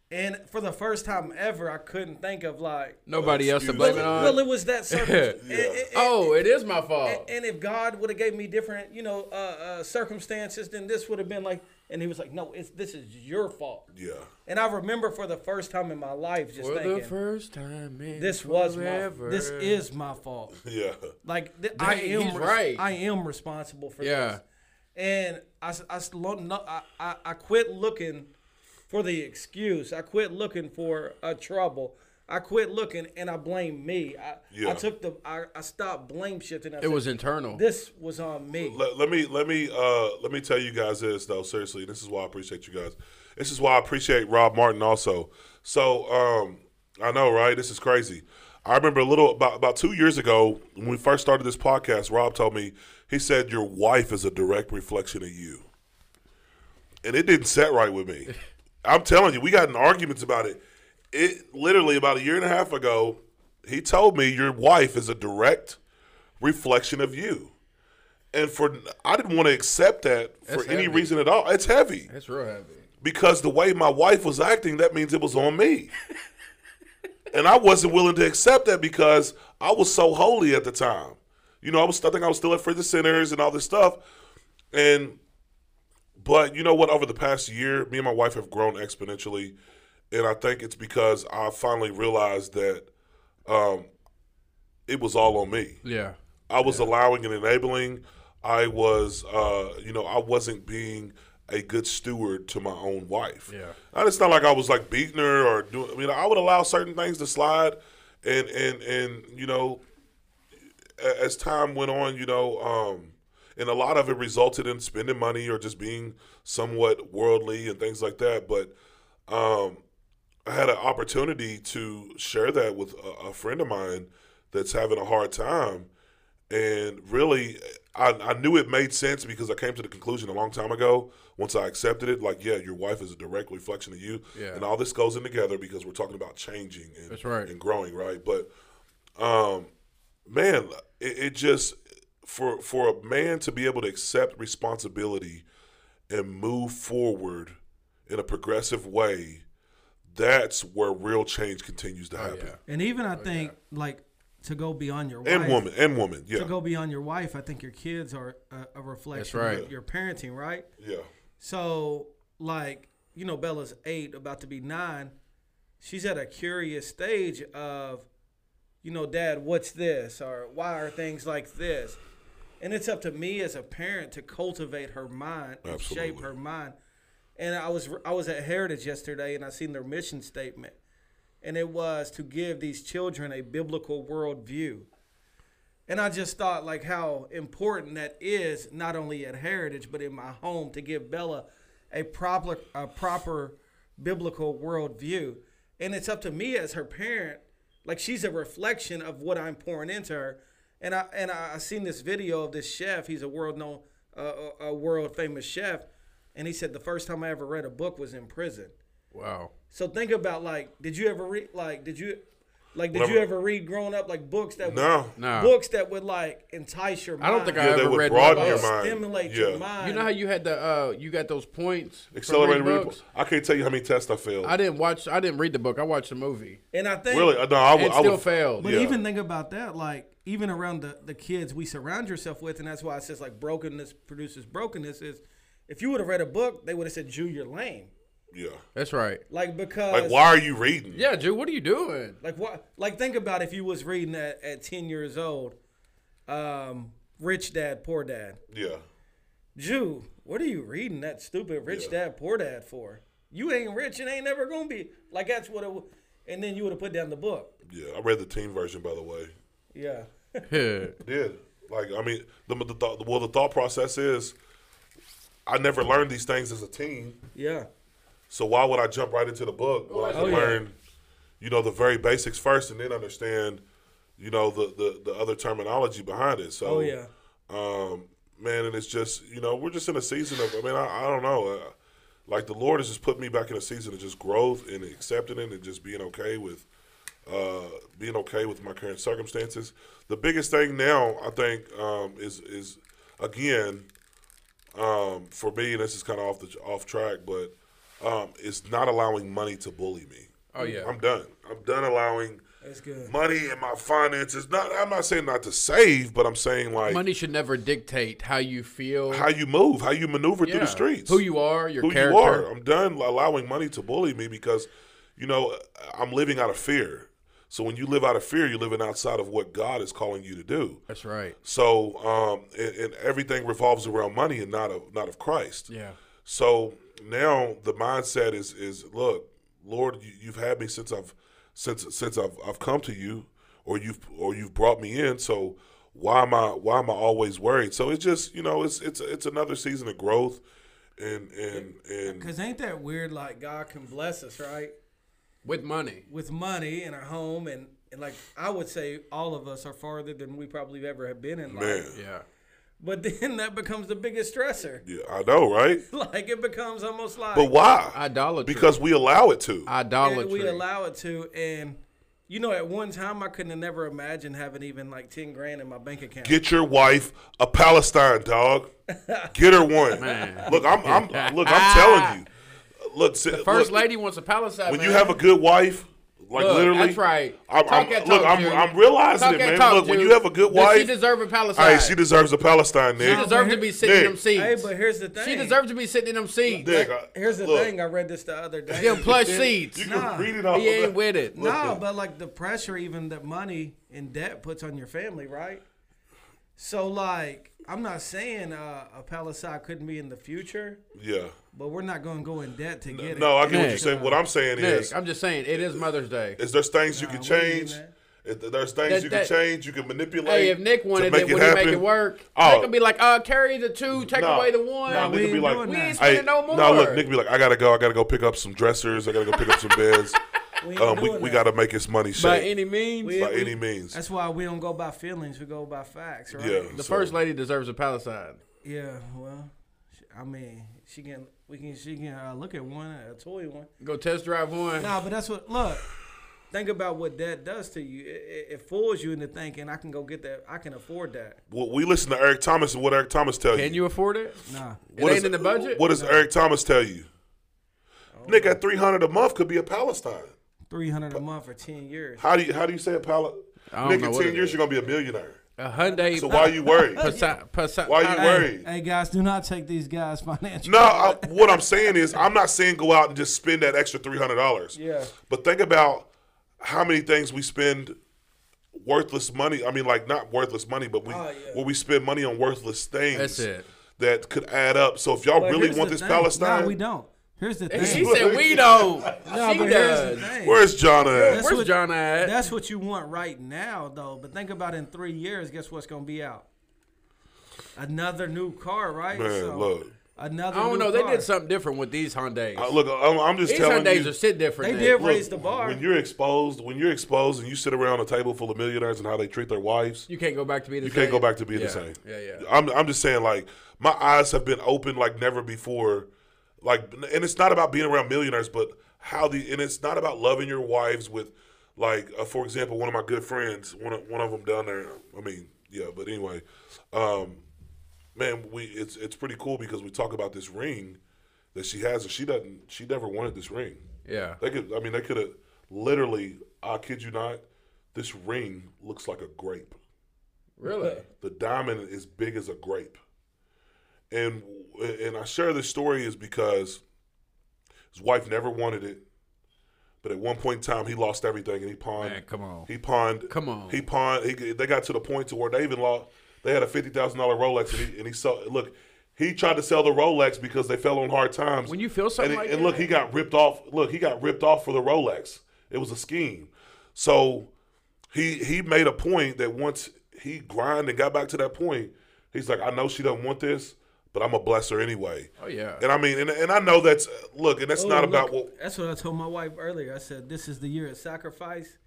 [SPEAKER 4] And for the first time ever, I couldn't think of like
[SPEAKER 1] Nobody else to
[SPEAKER 2] Excuse
[SPEAKER 1] blame
[SPEAKER 2] me.
[SPEAKER 1] it
[SPEAKER 4] well,
[SPEAKER 1] on.
[SPEAKER 4] well, it was that circumstance.
[SPEAKER 2] Yeah.
[SPEAKER 4] and, and-
[SPEAKER 1] Uh, oh, it is my
[SPEAKER 4] and-
[SPEAKER 1] fault.
[SPEAKER 4] and if God would have gave me different, you know, uh, uh, circumstances, then this would have been like. And he was like, "No, it's this is your fault."
[SPEAKER 2] Yeah.
[SPEAKER 4] And I remember for the first time in my life, just
[SPEAKER 1] For the
[SPEAKER 4] thinking,
[SPEAKER 1] first time in
[SPEAKER 4] "This was my,
[SPEAKER 1] forever.
[SPEAKER 4] this is my fault."
[SPEAKER 2] Yeah.
[SPEAKER 4] Like th- I
[SPEAKER 1] Dang,
[SPEAKER 4] am,
[SPEAKER 1] he's
[SPEAKER 4] res-
[SPEAKER 1] right.
[SPEAKER 4] I am responsible for
[SPEAKER 1] Yeah.
[SPEAKER 4] this. And I, s- I, s- lo- no- I, I, I quit looking for the excuse. I quit looking for a trouble. I quit looking and I blame me. I,
[SPEAKER 2] Yeah.
[SPEAKER 4] I took the, I, I stopped blame shifting. I
[SPEAKER 1] It was internal.
[SPEAKER 4] this was on me.
[SPEAKER 2] Let, let me let me uh let me tell you guys this though seriously this is why I appreciate you guys this is why I appreciate Rob Martin also so um I know right this is crazy I remember a little about about two years ago when we first started this podcast Rob told me he said your wife is a direct reflection of you and it didn't set right with me. I'm telling you, we got in arguments about it. It literally about a year and a half ago, he told me your wife is a direct reflection of you. And for I didn't want to accept that for
[SPEAKER 1] That's
[SPEAKER 2] any
[SPEAKER 1] heavy.
[SPEAKER 2] reason at all. It's heavy
[SPEAKER 1] That's real heavy.
[SPEAKER 2] because the way my wife was acting, that means it was on me. and I wasn't willing to accept that because I was so holy at the time. You know, I was I think I was still at Free the Sinners and all this stuff. And but you know what, over the past year, me and my wife have grown exponentially. And I think it's because I finally realized that um, it was all on me
[SPEAKER 1] Yeah.
[SPEAKER 2] I was allowing and enabling. I was, uh, you know, I wasn't being a good steward to my own wife.
[SPEAKER 1] Yeah.
[SPEAKER 2] and it's not like I was like beating her or doing. I mean, I would allow certain things to slide, and and and you know, a- as time went on, you know, um, and a lot of it resulted in spending money or just being somewhat worldly and things like that. But um, I had an opportunity to share that with a, a friend of mine that's having a hard time. And really, I, I knew it made sense because I came to the conclusion a long time ago once I accepted it like, yeah, your wife is a direct reflection of you.
[SPEAKER 1] Yeah.
[SPEAKER 2] And all this goes in together because we're talking about changing and,
[SPEAKER 1] That's right.
[SPEAKER 2] and growing, right? But um, man, it, it just for for a man to be able to accept responsibility and move forward in a progressive way, that's where real change continues
[SPEAKER 1] Oh,
[SPEAKER 2] to happen.
[SPEAKER 4] And even I think like to go beyond your wife
[SPEAKER 2] Oh, And woman, and woman, yeah,
[SPEAKER 4] to go beyond your wife, I think your kids are a, a reflection
[SPEAKER 1] right.
[SPEAKER 4] of your parenting, right?
[SPEAKER 2] yeah,
[SPEAKER 4] So, like, you know, Bella's eight, about to be nine. She's at a curious stage of, you know, dad, what's this? Or why are things like this? And it's up to me as a parent to cultivate her mind and shape
[SPEAKER 2] Absolutely.
[SPEAKER 4] her mind. And I was I was at Heritage yesterday and I seen their mission statement. And it was to give these children a biblical worldview. And I just thought like how important that is, not only at Heritage but in my home, to give Bella a proper a proper biblical worldview. And it's up to me as her parent, like she's a reflection of what I'm pouring into her. And I and I, I seen this video of this chef. He's a world known, uh, a- a world famous chef, and he said the first time I ever read a book was in prison.
[SPEAKER 1] Wow.
[SPEAKER 4] So think about like, did you ever read like, did you, like, did
[SPEAKER 2] Never-
[SPEAKER 4] you ever read growing up like books that
[SPEAKER 2] No.
[SPEAKER 4] would,
[SPEAKER 1] No.
[SPEAKER 4] books that would like entice your
[SPEAKER 1] I
[SPEAKER 4] mind?
[SPEAKER 1] don't think I
[SPEAKER 2] yeah. That
[SPEAKER 1] ever
[SPEAKER 2] would
[SPEAKER 1] read
[SPEAKER 2] broaden
[SPEAKER 1] one
[SPEAKER 2] your
[SPEAKER 1] book.
[SPEAKER 2] mind,
[SPEAKER 4] stimulate
[SPEAKER 2] yeah.
[SPEAKER 4] your mind.
[SPEAKER 1] You know how you had the uh you got those points. from
[SPEAKER 2] Accelerated
[SPEAKER 1] reading
[SPEAKER 2] reading.
[SPEAKER 1] books?
[SPEAKER 2] I can't tell you how many tests I failed.
[SPEAKER 1] I didn't watch. I didn't read the book. I watched the movie.
[SPEAKER 4] and I think
[SPEAKER 2] really, Uh, no, I, would-
[SPEAKER 1] And
[SPEAKER 2] Oh, I
[SPEAKER 1] still
[SPEAKER 2] would-
[SPEAKER 1] failed.
[SPEAKER 4] But
[SPEAKER 2] Yeah.
[SPEAKER 4] even think about that, like even around the, the kids we surround yourself with, and that's why it says like brokenness produces brokenness. Is if you would have read a book, they would have said, "Jew, you're lame."
[SPEAKER 2] Yeah,
[SPEAKER 1] That's right.
[SPEAKER 4] Like because
[SPEAKER 2] like why are you reading?
[SPEAKER 1] Yeah, Drew. What are you doing?
[SPEAKER 4] Like what? Like think about if you was reading at, at ten years old, um, rich dad, poor dad.
[SPEAKER 2] yeah,
[SPEAKER 4] Jew, what are you reading that stupid rich
[SPEAKER 2] Yeah.
[SPEAKER 4] dad poor dad for? You ain't rich and ain't never gonna be. Like that's what it. wa- And then you would have put down the book.
[SPEAKER 2] yeah. I read the teen version, by the way.
[SPEAKER 4] Yeah.
[SPEAKER 2] did. Like I mean, the, the thought, well, the thought process is, I never learned these things as a teen,
[SPEAKER 4] Yeah.
[SPEAKER 2] so why would I jump right into the book when I
[SPEAKER 4] Oh,
[SPEAKER 2] could
[SPEAKER 4] yeah.
[SPEAKER 2] learn, you know, the very basics first, and then understand, you know, the the, the other terminology behind it. So,
[SPEAKER 4] Oh yeah.
[SPEAKER 2] um, man, and it's just you know we're just in a season of. I mean, I, I don't know. Uh, like the Lord has just put me back in a season of just growth and accepting it and just being okay with, uh, being okay with my current circumstances. The biggest thing now, I think, um, is is again, um, for me, and this is kind of off the off track, but um, it's not allowing money to bully me.
[SPEAKER 1] Oh, yeah.
[SPEAKER 2] I'm done. I'm done allowing
[SPEAKER 4] That's good.
[SPEAKER 2] money and my finances. Not, I'm not saying not to save, but I'm saying like
[SPEAKER 1] Money should never dictate how you feel.
[SPEAKER 2] how you move, how you maneuver through
[SPEAKER 1] Yeah.
[SPEAKER 2] the streets,
[SPEAKER 1] Who you are, your
[SPEAKER 2] who
[SPEAKER 1] character.
[SPEAKER 2] you are. I'm done allowing money to bully me because, you know, I'm living out of fear. So when you live out of fear, you're living outside of what God is calling you to do.
[SPEAKER 1] That's right.
[SPEAKER 2] So um, and, and everything revolves around money and not of not of Christ.
[SPEAKER 1] Yeah.
[SPEAKER 2] So now the mindset is is look, Lord, you, you've had me since I've since since I've I've come to you, or you've or you've brought me in. So why am I why am I always worried? So it's just you know it's it's it's another season of growth, and and and
[SPEAKER 4] Cause ain't that weird? Like God can bless us, right?
[SPEAKER 1] With money.
[SPEAKER 4] With money and our home and. And like I would say, all of us are farther than we probably ever have been in life.
[SPEAKER 2] man,
[SPEAKER 1] Yeah.
[SPEAKER 4] But then that becomes the biggest stressor.
[SPEAKER 2] yeah, I know, right?
[SPEAKER 4] Like it becomes almost like
[SPEAKER 2] But why?
[SPEAKER 1] Idolatry.
[SPEAKER 2] Because we allow it to.
[SPEAKER 1] idolatry.
[SPEAKER 4] And we allow it to. And you know, at one time, I couldn't have never imagined having even like ten grand in my bank account.
[SPEAKER 2] Get your wife a Palestine dog. Get her one.
[SPEAKER 1] Man.
[SPEAKER 2] Look, I'm, I'm look, I'm telling you. Look, the
[SPEAKER 1] First lady wants a Palisade.
[SPEAKER 2] when
[SPEAKER 1] man.
[SPEAKER 2] you have a good wife, like
[SPEAKER 1] Look,
[SPEAKER 2] literally,
[SPEAKER 1] that's right.
[SPEAKER 2] I'm,
[SPEAKER 1] Talk
[SPEAKER 2] I'm-
[SPEAKER 1] that talk,
[SPEAKER 2] look, I'm,
[SPEAKER 1] Jude.
[SPEAKER 2] I'm realizing
[SPEAKER 1] Talk
[SPEAKER 2] it,
[SPEAKER 1] that
[SPEAKER 2] man.
[SPEAKER 1] talk,
[SPEAKER 2] look, when
[SPEAKER 1] Jude.
[SPEAKER 2] you have a good
[SPEAKER 1] Does
[SPEAKER 2] wife,
[SPEAKER 1] she deserve a Palestine?
[SPEAKER 2] All right, she deserves a Palestine,
[SPEAKER 1] She
[SPEAKER 2] nigga.
[SPEAKER 1] deserved to be sitting in them
[SPEAKER 2] Nick.
[SPEAKER 1] seats.
[SPEAKER 4] hey, but here's the thing.
[SPEAKER 1] she deserved to be sitting in them seats.
[SPEAKER 2] Nick, I-
[SPEAKER 4] Here's the
[SPEAKER 2] look,
[SPEAKER 4] thing. I read this the other day.
[SPEAKER 1] Them plush
[SPEAKER 2] you-
[SPEAKER 1] seats.
[SPEAKER 2] You can
[SPEAKER 4] Nah.
[SPEAKER 2] read it off.
[SPEAKER 1] He ain't with it.
[SPEAKER 4] no, but like the pressure, even that money and debt puts on your family, right? So like, I'm not saying uh, a Palisade couldn't be in the future,
[SPEAKER 2] Yeah.
[SPEAKER 4] but we're not going to go in debt to get it.
[SPEAKER 2] No, I get what
[SPEAKER 1] Nick.
[SPEAKER 2] you're saying. What I'm saying
[SPEAKER 1] Nick,
[SPEAKER 2] is,
[SPEAKER 1] I'm just saying it is Mother's Day.
[SPEAKER 2] is there's things you
[SPEAKER 4] Nah,
[SPEAKER 2] can
[SPEAKER 4] we ain't
[SPEAKER 2] change.
[SPEAKER 4] that.
[SPEAKER 2] If there's things
[SPEAKER 1] That-
[SPEAKER 2] you can
[SPEAKER 1] that-
[SPEAKER 2] change, you can manipulate.
[SPEAKER 1] Hey, if Nick
[SPEAKER 2] to
[SPEAKER 1] wanted
[SPEAKER 2] make
[SPEAKER 1] it, would he make it
[SPEAKER 2] happen.
[SPEAKER 1] work?
[SPEAKER 2] Oh.
[SPEAKER 1] Nick would be like, uh, carry the two, take
[SPEAKER 2] Nah.
[SPEAKER 1] away the one.
[SPEAKER 2] Nah,
[SPEAKER 4] we
[SPEAKER 2] Nick would be
[SPEAKER 4] ain't
[SPEAKER 2] like,
[SPEAKER 4] doing
[SPEAKER 1] we
[SPEAKER 4] that.
[SPEAKER 1] ain't
[SPEAKER 4] Hey,
[SPEAKER 1] spending no more.
[SPEAKER 2] No, look, Nick be like, I gotta go. I gotta go pick up some dressers. I gotta go pick up some beds.
[SPEAKER 4] We ain't
[SPEAKER 2] um, we,
[SPEAKER 4] doing
[SPEAKER 2] we
[SPEAKER 4] that.
[SPEAKER 2] gotta make this money shake
[SPEAKER 1] By
[SPEAKER 2] by
[SPEAKER 1] any means,
[SPEAKER 4] We-
[SPEAKER 2] any,
[SPEAKER 4] we-
[SPEAKER 2] means.
[SPEAKER 4] That's why we don't go by feelings. We go by facts, right?
[SPEAKER 2] yeah.
[SPEAKER 1] the
[SPEAKER 2] so-
[SPEAKER 1] first lady deserves a Palisade.
[SPEAKER 4] Yeah. Well, sh- I mean, she can. We can. She can uh, look at one, a toy one.
[SPEAKER 1] Go test drive one.
[SPEAKER 4] Nah, but that's what. Look, think about what that does to you. It, it, it fools you into thinking I can go get that. I can afford that.
[SPEAKER 2] Well, we listen to Eric Thomas and what Eric Thomas tell
[SPEAKER 1] Can you afford it?
[SPEAKER 4] Nah.
[SPEAKER 1] It Oh, ain't in the budget.
[SPEAKER 2] What does Eric Thomas tell you? Nick, at three hundred a month could be a Palestine.
[SPEAKER 4] Three hundred a month for ten years.
[SPEAKER 2] How do you how do you say a Pal?
[SPEAKER 1] I don't
[SPEAKER 2] Nick,
[SPEAKER 1] know
[SPEAKER 2] in
[SPEAKER 1] what
[SPEAKER 2] ten
[SPEAKER 1] it
[SPEAKER 2] years
[SPEAKER 1] is.
[SPEAKER 2] you're gonna be a millionaire.
[SPEAKER 1] a Hyundai.
[SPEAKER 2] So why are you worried?
[SPEAKER 1] Passa- passa-
[SPEAKER 2] Why you
[SPEAKER 1] Hey,
[SPEAKER 2] worried?
[SPEAKER 4] Hey guys, do not take these guys financial.
[SPEAKER 2] No, I, what I'm saying is I'm not saying go out and just spend that extra three hundred dollars.
[SPEAKER 4] Yeah.
[SPEAKER 2] But think about how many things we spend worthless money. I mean, like not worthless money, but we
[SPEAKER 4] Oh, yeah.
[SPEAKER 2] where we spend money on worthless things.
[SPEAKER 1] That's it.
[SPEAKER 2] That could add up. So if y'all
[SPEAKER 4] But
[SPEAKER 2] really
[SPEAKER 4] here's
[SPEAKER 2] want
[SPEAKER 4] the
[SPEAKER 2] this
[SPEAKER 4] thing.
[SPEAKER 2] Palestine,
[SPEAKER 4] No, we don't. Here's the
[SPEAKER 1] He
[SPEAKER 4] thing.
[SPEAKER 1] said we don't.
[SPEAKER 4] No,
[SPEAKER 1] she
[SPEAKER 4] but here's
[SPEAKER 1] does.
[SPEAKER 4] the thing.
[SPEAKER 2] where's John at?
[SPEAKER 1] Where's
[SPEAKER 4] what-
[SPEAKER 1] John at?
[SPEAKER 4] That's what you want right now, though. But think about in three years, guess what's going to be out? Another new car, right?
[SPEAKER 2] Man, look.
[SPEAKER 4] Another.
[SPEAKER 1] I don't
[SPEAKER 4] new
[SPEAKER 1] know. They
[SPEAKER 4] car.
[SPEAKER 1] did something different with these Hyundais.
[SPEAKER 2] Uh, look, I'm, I'm just
[SPEAKER 1] these
[SPEAKER 2] telling
[SPEAKER 1] Hyundais
[SPEAKER 2] you.
[SPEAKER 1] are sit different.
[SPEAKER 4] They
[SPEAKER 1] Nick.
[SPEAKER 4] did
[SPEAKER 2] look,
[SPEAKER 4] raise the bar.
[SPEAKER 2] When you're exposed, when you're exposed, and you sit around a table full of millionaires and how they treat their wives,
[SPEAKER 1] You can't go back to being the
[SPEAKER 2] You
[SPEAKER 1] same.
[SPEAKER 2] can't go back to being
[SPEAKER 1] Yeah,
[SPEAKER 2] the same.
[SPEAKER 1] Yeah, yeah.
[SPEAKER 2] I'm, I'm just saying, like, my eyes have been open like never before. Like, and it's not about being around millionaires, but how the, and it's not about loving your wives with, like, uh, for example, one of my good friends, one of, one of them down there, I mean, yeah, but anyway, um, man, we, it's, it's pretty cool because we talk about this ring that she has, and she doesn't, she never wanted this ring.
[SPEAKER 1] Yeah.
[SPEAKER 2] They could, I mean, they could have literally, I kid you not, this ring looks like a grape
[SPEAKER 1] Really?
[SPEAKER 2] the diamond is big as a grape. And and I share this story is because his wife never wanted it, but at one point in time he lost everything and he pawned.
[SPEAKER 1] Man, come on.
[SPEAKER 2] He pawned.
[SPEAKER 1] Come on.
[SPEAKER 2] He pawned. He, they got to the point to where they even lost. They had a fifty thousand dollar Rolex and he, and he sold. Look, he tried to sell the Rolex because they fell on hard times.
[SPEAKER 1] When you feel something
[SPEAKER 2] and,
[SPEAKER 1] like
[SPEAKER 2] and
[SPEAKER 1] that-
[SPEAKER 2] look, he got ripped off. Look, he got ripped off for the Rolex. It was a scheme. So he he made a point that once he grind and got back to that point, he's like, I know she doesn't want this, but I'm gonna bless her anyway.
[SPEAKER 1] Oh yeah.
[SPEAKER 2] And I mean, and, and I know that's look, and that's
[SPEAKER 4] Oh,
[SPEAKER 2] not
[SPEAKER 4] look,
[SPEAKER 2] about what.
[SPEAKER 4] That's what I told my wife earlier. I said, "This is the year of sacrifice.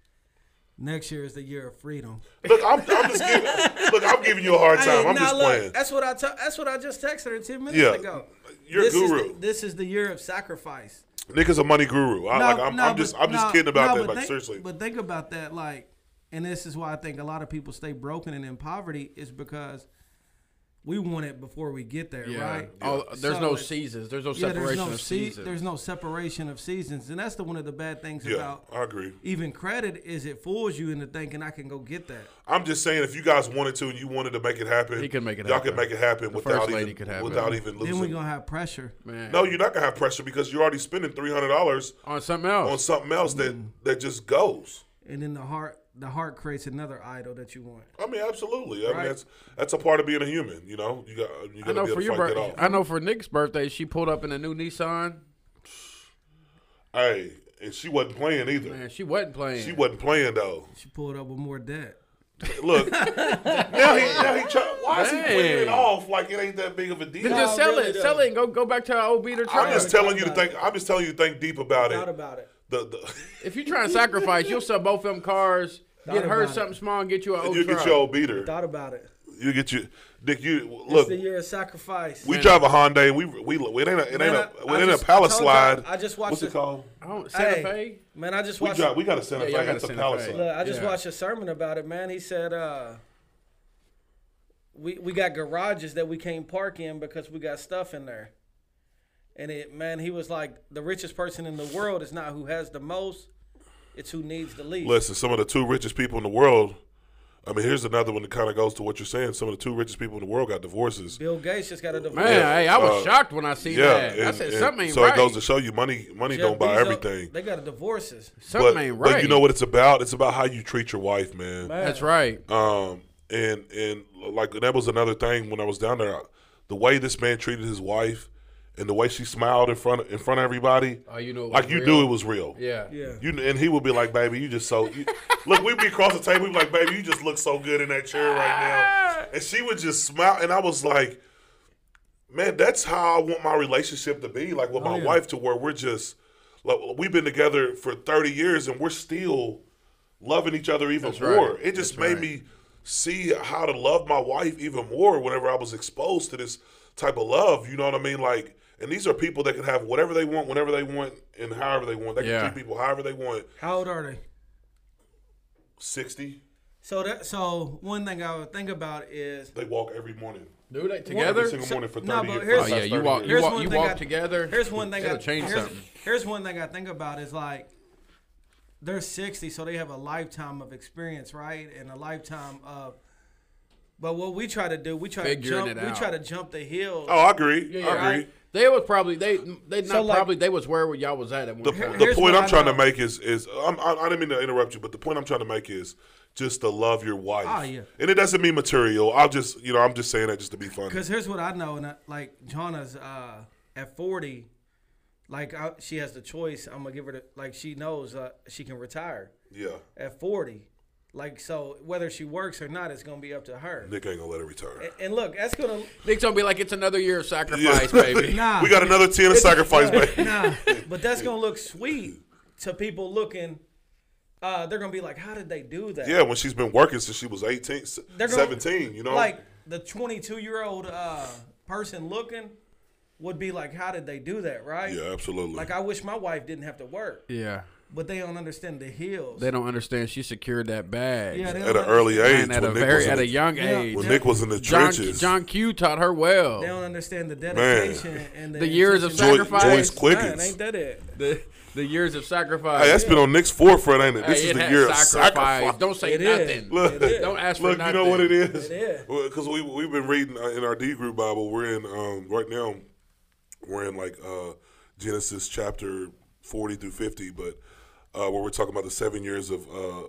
[SPEAKER 4] Next year is the year of freedom."
[SPEAKER 2] Look, I'm, I'm just giving. look, I'm giving you a hard time.
[SPEAKER 4] Hey,
[SPEAKER 2] I'm
[SPEAKER 4] now
[SPEAKER 2] just
[SPEAKER 4] look,
[SPEAKER 2] playing.
[SPEAKER 4] That's what I. T- that's what I just texted her ten minutes
[SPEAKER 2] Yeah.
[SPEAKER 4] ago.
[SPEAKER 2] You're a
[SPEAKER 4] this Is
[SPEAKER 2] guru.
[SPEAKER 4] the, this is the year of sacrifice.
[SPEAKER 2] Nick is a money guru. I,
[SPEAKER 4] No,
[SPEAKER 2] like, I'm,
[SPEAKER 4] no,
[SPEAKER 2] I'm just,
[SPEAKER 4] but-
[SPEAKER 2] I'm just
[SPEAKER 4] no,
[SPEAKER 2] kidding about
[SPEAKER 4] no,
[SPEAKER 2] that.
[SPEAKER 4] but
[SPEAKER 2] Like
[SPEAKER 4] think-
[SPEAKER 2] seriously,
[SPEAKER 4] But think about that, like, and this is why I think a lot of people stay broken and in poverty is because we want it before we get there,
[SPEAKER 1] yeah.
[SPEAKER 4] right?
[SPEAKER 1] Oh, there's
[SPEAKER 4] So
[SPEAKER 1] no
[SPEAKER 4] it's-
[SPEAKER 1] seasons. There's no
[SPEAKER 4] yeah,
[SPEAKER 1] separation
[SPEAKER 4] there's no
[SPEAKER 1] of
[SPEAKER 4] se-
[SPEAKER 1] seasons.
[SPEAKER 4] There's no separation of seasons, and that's the one of the bad things
[SPEAKER 2] yeah,
[SPEAKER 4] about
[SPEAKER 2] I agree.
[SPEAKER 4] even credit is it fools you into thinking I can go get that.
[SPEAKER 2] I'm just saying, if you guys wanted to and you wanted to make it happen,
[SPEAKER 1] He could make it
[SPEAKER 2] Y'all
[SPEAKER 1] happen.
[SPEAKER 2] could make it happen
[SPEAKER 1] first
[SPEAKER 2] without
[SPEAKER 1] lady
[SPEAKER 2] even,
[SPEAKER 1] could have it.
[SPEAKER 2] without even
[SPEAKER 4] Then we're
[SPEAKER 2] losing.
[SPEAKER 4] gonna have pressure.
[SPEAKER 1] Man.
[SPEAKER 2] no, you're not gonna have pressure because you're already spending three hundred dollars
[SPEAKER 1] on something else.
[SPEAKER 2] on something else that
[SPEAKER 4] Mm.
[SPEAKER 2] that just goes.
[SPEAKER 4] And then the heart the heart creates another idol that you want.
[SPEAKER 2] I mean, absolutely. I mean,
[SPEAKER 4] Right.
[SPEAKER 2] that's that's a part of being a human. You know, you got
[SPEAKER 1] I
[SPEAKER 2] you got
[SPEAKER 1] know
[SPEAKER 2] to be able
[SPEAKER 1] for
[SPEAKER 2] to
[SPEAKER 1] your
[SPEAKER 2] fight that
[SPEAKER 1] birthday.
[SPEAKER 2] off.
[SPEAKER 1] I know for Nick's birthday, she pulled up in a new Nissan.
[SPEAKER 2] hey, and she wasn't playing either.
[SPEAKER 1] Man, she wasn't playing.
[SPEAKER 2] She wasn't playing though.
[SPEAKER 4] She pulled up with more debt.
[SPEAKER 2] Look, now he now he try, why is he
[SPEAKER 1] Dang.
[SPEAKER 2] playing it off like it ain't that big of a deal?
[SPEAKER 1] Then just sell
[SPEAKER 4] really
[SPEAKER 1] it.
[SPEAKER 4] does.
[SPEAKER 1] Sell it and go go back to our old beater
[SPEAKER 2] I'm
[SPEAKER 1] truck.
[SPEAKER 2] just telling you to think. I'm just telling you to think deep about
[SPEAKER 4] Thought
[SPEAKER 2] it.
[SPEAKER 4] about it.
[SPEAKER 2] The, the,
[SPEAKER 1] if you try and sacrifice, you'll sell both them cars, get
[SPEAKER 4] Thought
[SPEAKER 1] her
[SPEAKER 4] about it.
[SPEAKER 1] something small, and get you an old
[SPEAKER 2] you
[SPEAKER 1] truck.
[SPEAKER 2] get your old beater.
[SPEAKER 4] Thought about it.
[SPEAKER 2] You get your Dick. You
[SPEAKER 4] It's
[SPEAKER 2] look.
[SPEAKER 4] the year of sacrifice.
[SPEAKER 2] We drive a Hyundai and we we it ain't a, it ain't
[SPEAKER 4] Man,
[SPEAKER 2] a,
[SPEAKER 4] I-
[SPEAKER 2] it
[SPEAKER 4] I
[SPEAKER 2] ain't
[SPEAKER 4] just-
[SPEAKER 2] a palace
[SPEAKER 4] I told
[SPEAKER 2] slide.
[SPEAKER 4] y'all, I just watched
[SPEAKER 2] What's it
[SPEAKER 4] the-
[SPEAKER 2] called?
[SPEAKER 1] I don't, Santa
[SPEAKER 4] hey,
[SPEAKER 1] Fe.
[SPEAKER 4] man, I just
[SPEAKER 2] We
[SPEAKER 4] watched.
[SPEAKER 2] drive. We got a Santa
[SPEAKER 1] Yeah, y'all
[SPEAKER 2] Fe.
[SPEAKER 1] got
[SPEAKER 2] It's
[SPEAKER 1] a
[SPEAKER 2] a
[SPEAKER 1] Santa Fe.
[SPEAKER 2] palisade.
[SPEAKER 4] Look, I just
[SPEAKER 1] Yeah.
[SPEAKER 4] watched a sermon about it, man. He said, uh, "We we got garages that we can't park in because we got stuff in there." And it, man, he was like, "The richest person in the world is not who has the most; it's who needs the least."
[SPEAKER 2] Listen, some of the two richest people in the world. I mean, here's another one that kind of goes to what you're saying. Some of the two richest people in the world got divorces.
[SPEAKER 4] Bill Gates just got a divorce.
[SPEAKER 1] Man, hey, I was
[SPEAKER 2] uh,
[SPEAKER 1] shocked when I see
[SPEAKER 2] Yeah,
[SPEAKER 1] that. I
[SPEAKER 2] and-
[SPEAKER 1] said
[SPEAKER 2] and
[SPEAKER 1] something ain't
[SPEAKER 2] so
[SPEAKER 1] right.
[SPEAKER 2] it goes to show you, money money
[SPEAKER 4] Jeff
[SPEAKER 2] don't buy
[SPEAKER 4] Bezos,
[SPEAKER 2] everything.
[SPEAKER 4] They got a divorces.
[SPEAKER 1] something
[SPEAKER 2] but,
[SPEAKER 1] ain't
[SPEAKER 2] but
[SPEAKER 1] right.
[SPEAKER 2] you know what it's about? It's about how you treat your wife, man.
[SPEAKER 4] Man.
[SPEAKER 1] That's right.
[SPEAKER 2] Um, and and like that was another thing when I was down there. The way this man treated his wife, and the way she smiled in front in front of everybody,
[SPEAKER 1] Oh, you know, it was
[SPEAKER 2] like you
[SPEAKER 1] real.
[SPEAKER 2] knew it was real.
[SPEAKER 1] Yeah.
[SPEAKER 4] Yeah.
[SPEAKER 2] You and he would be like, "Baby, you just so." You, look, we'd be across the table. We'd be like, "Baby, you just look so good in that chair right now," and she would just smile. And I was like, "Man, that's how I want my relationship to be, like with my wife, to where we're just like we've been together for thirty years and we're still loving each other even
[SPEAKER 1] That's right.
[SPEAKER 2] more." It just
[SPEAKER 1] That's
[SPEAKER 2] made me see how to love my wife even more whenever I was exposed to this type of love. You know what I mean? Like, and these are people that can have whatever they want, whenever they want, and however they want. They can
[SPEAKER 1] Yeah.
[SPEAKER 2] treat people however they want.
[SPEAKER 4] How old are they?
[SPEAKER 2] 60.
[SPEAKER 4] So that so one thing I would think about is
[SPEAKER 2] They walk every morning.
[SPEAKER 1] Do that
[SPEAKER 2] Every
[SPEAKER 1] together.
[SPEAKER 2] single
[SPEAKER 4] So-
[SPEAKER 2] morning for 30
[SPEAKER 4] no, but
[SPEAKER 2] years.
[SPEAKER 4] here's-
[SPEAKER 1] Oh yeah, you
[SPEAKER 2] 30
[SPEAKER 1] walk,
[SPEAKER 2] years.
[SPEAKER 1] you
[SPEAKER 4] Here's
[SPEAKER 1] walk,
[SPEAKER 4] one
[SPEAKER 1] you
[SPEAKER 4] thing
[SPEAKER 1] walk
[SPEAKER 4] I-
[SPEAKER 1] together.
[SPEAKER 4] here's one thing
[SPEAKER 1] It'll
[SPEAKER 4] I
[SPEAKER 1] change
[SPEAKER 4] here's,
[SPEAKER 1] something.
[SPEAKER 4] here's one thing I think about is like they're 60, so they have a lifetime of experience, right? And a lifetime of but what we try to do, we try
[SPEAKER 1] Figuring
[SPEAKER 4] to jump
[SPEAKER 1] it
[SPEAKER 4] we
[SPEAKER 1] out.
[SPEAKER 4] try to jump the hill.
[SPEAKER 2] Oh, I agree.
[SPEAKER 1] yeah,
[SPEAKER 2] I agree.
[SPEAKER 4] right.
[SPEAKER 1] They was probably they they not
[SPEAKER 4] So, like-
[SPEAKER 1] probably they was where y'all was at at one
[SPEAKER 2] The,
[SPEAKER 1] time.
[SPEAKER 2] the
[SPEAKER 4] Here's
[SPEAKER 2] point
[SPEAKER 4] what
[SPEAKER 2] I'm
[SPEAKER 4] I
[SPEAKER 2] trying to
[SPEAKER 4] know.
[SPEAKER 2] make is is I'm, I, I didn't mean to interrupt you, but the point I'm trying to make is just to love your wife.
[SPEAKER 4] Oh, yeah.
[SPEAKER 2] And it doesn't mean material. I'll just you know I'm just saying that just to be funny.
[SPEAKER 4] Because here's what I know, and I, like Jana's uh, at 40, like I, she has the choice. I'm gonna give her the, like she knows uh, she can retire
[SPEAKER 2] Yeah,
[SPEAKER 4] at 40. Like so, whether she works or not, it's gonna be up to her.
[SPEAKER 2] Nick ain't gonna let her retire.
[SPEAKER 4] And look, that's gonna
[SPEAKER 1] Nick's gonna be like, it's another year of sacrifice, baby.
[SPEAKER 4] Eh, nah.
[SPEAKER 2] we got another ten of sacrifice, baby.
[SPEAKER 4] nah, but that's gonna look sweet to people looking. Uh, they're gonna be like, how did they do that?
[SPEAKER 2] Yeah, when she's been working since she was 18, s-
[SPEAKER 4] They're gonna-
[SPEAKER 2] 17, you know?
[SPEAKER 4] Like the 22 year old uh, person looking would be like, how did they do that? Right?
[SPEAKER 2] yeah, absolutely.
[SPEAKER 4] Like I wish my wife didn't have to work,
[SPEAKER 1] Yeah,
[SPEAKER 4] but they don't understand the hills.
[SPEAKER 1] they don't understand. She secured that bag.
[SPEAKER 4] yeah, they
[SPEAKER 2] at
[SPEAKER 4] don't
[SPEAKER 2] an early
[SPEAKER 4] understand-
[SPEAKER 2] age,
[SPEAKER 1] and at
[SPEAKER 2] when,
[SPEAKER 1] a
[SPEAKER 2] Nick,
[SPEAKER 1] very
[SPEAKER 2] was in
[SPEAKER 1] at a
[SPEAKER 2] the,
[SPEAKER 1] young
[SPEAKER 4] Yeah.
[SPEAKER 1] age.
[SPEAKER 2] when Nick was in the
[SPEAKER 1] John,
[SPEAKER 2] trenches,
[SPEAKER 1] John Q taught her well.
[SPEAKER 4] They don't understand the dedication and the,
[SPEAKER 1] The years of
[SPEAKER 4] intention-
[SPEAKER 2] Joy-
[SPEAKER 1] sacrifice.
[SPEAKER 2] Joyce
[SPEAKER 4] Man,
[SPEAKER 2] Quickens.
[SPEAKER 4] ain't that it?
[SPEAKER 1] the, the years of sacrifice.
[SPEAKER 2] Hey, that's been on Nick's forefront, ain't it? This
[SPEAKER 1] Hey,
[SPEAKER 2] is
[SPEAKER 1] it
[SPEAKER 2] the
[SPEAKER 1] had
[SPEAKER 2] year of sacrifice.
[SPEAKER 1] Don't say
[SPEAKER 4] It is.
[SPEAKER 1] nothing.
[SPEAKER 2] Look,
[SPEAKER 1] Don't ask for
[SPEAKER 2] look, you
[SPEAKER 1] nothing.
[SPEAKER 2] know what it is?
[SPEAKER 4] It is.
[SPEAKER 2] Because we we've been reading uh, in our D group Bible. We're in um, right now. We're in like uh, Genesis chapter forty through fifty, but uh, where we're talking about the seven years of uh,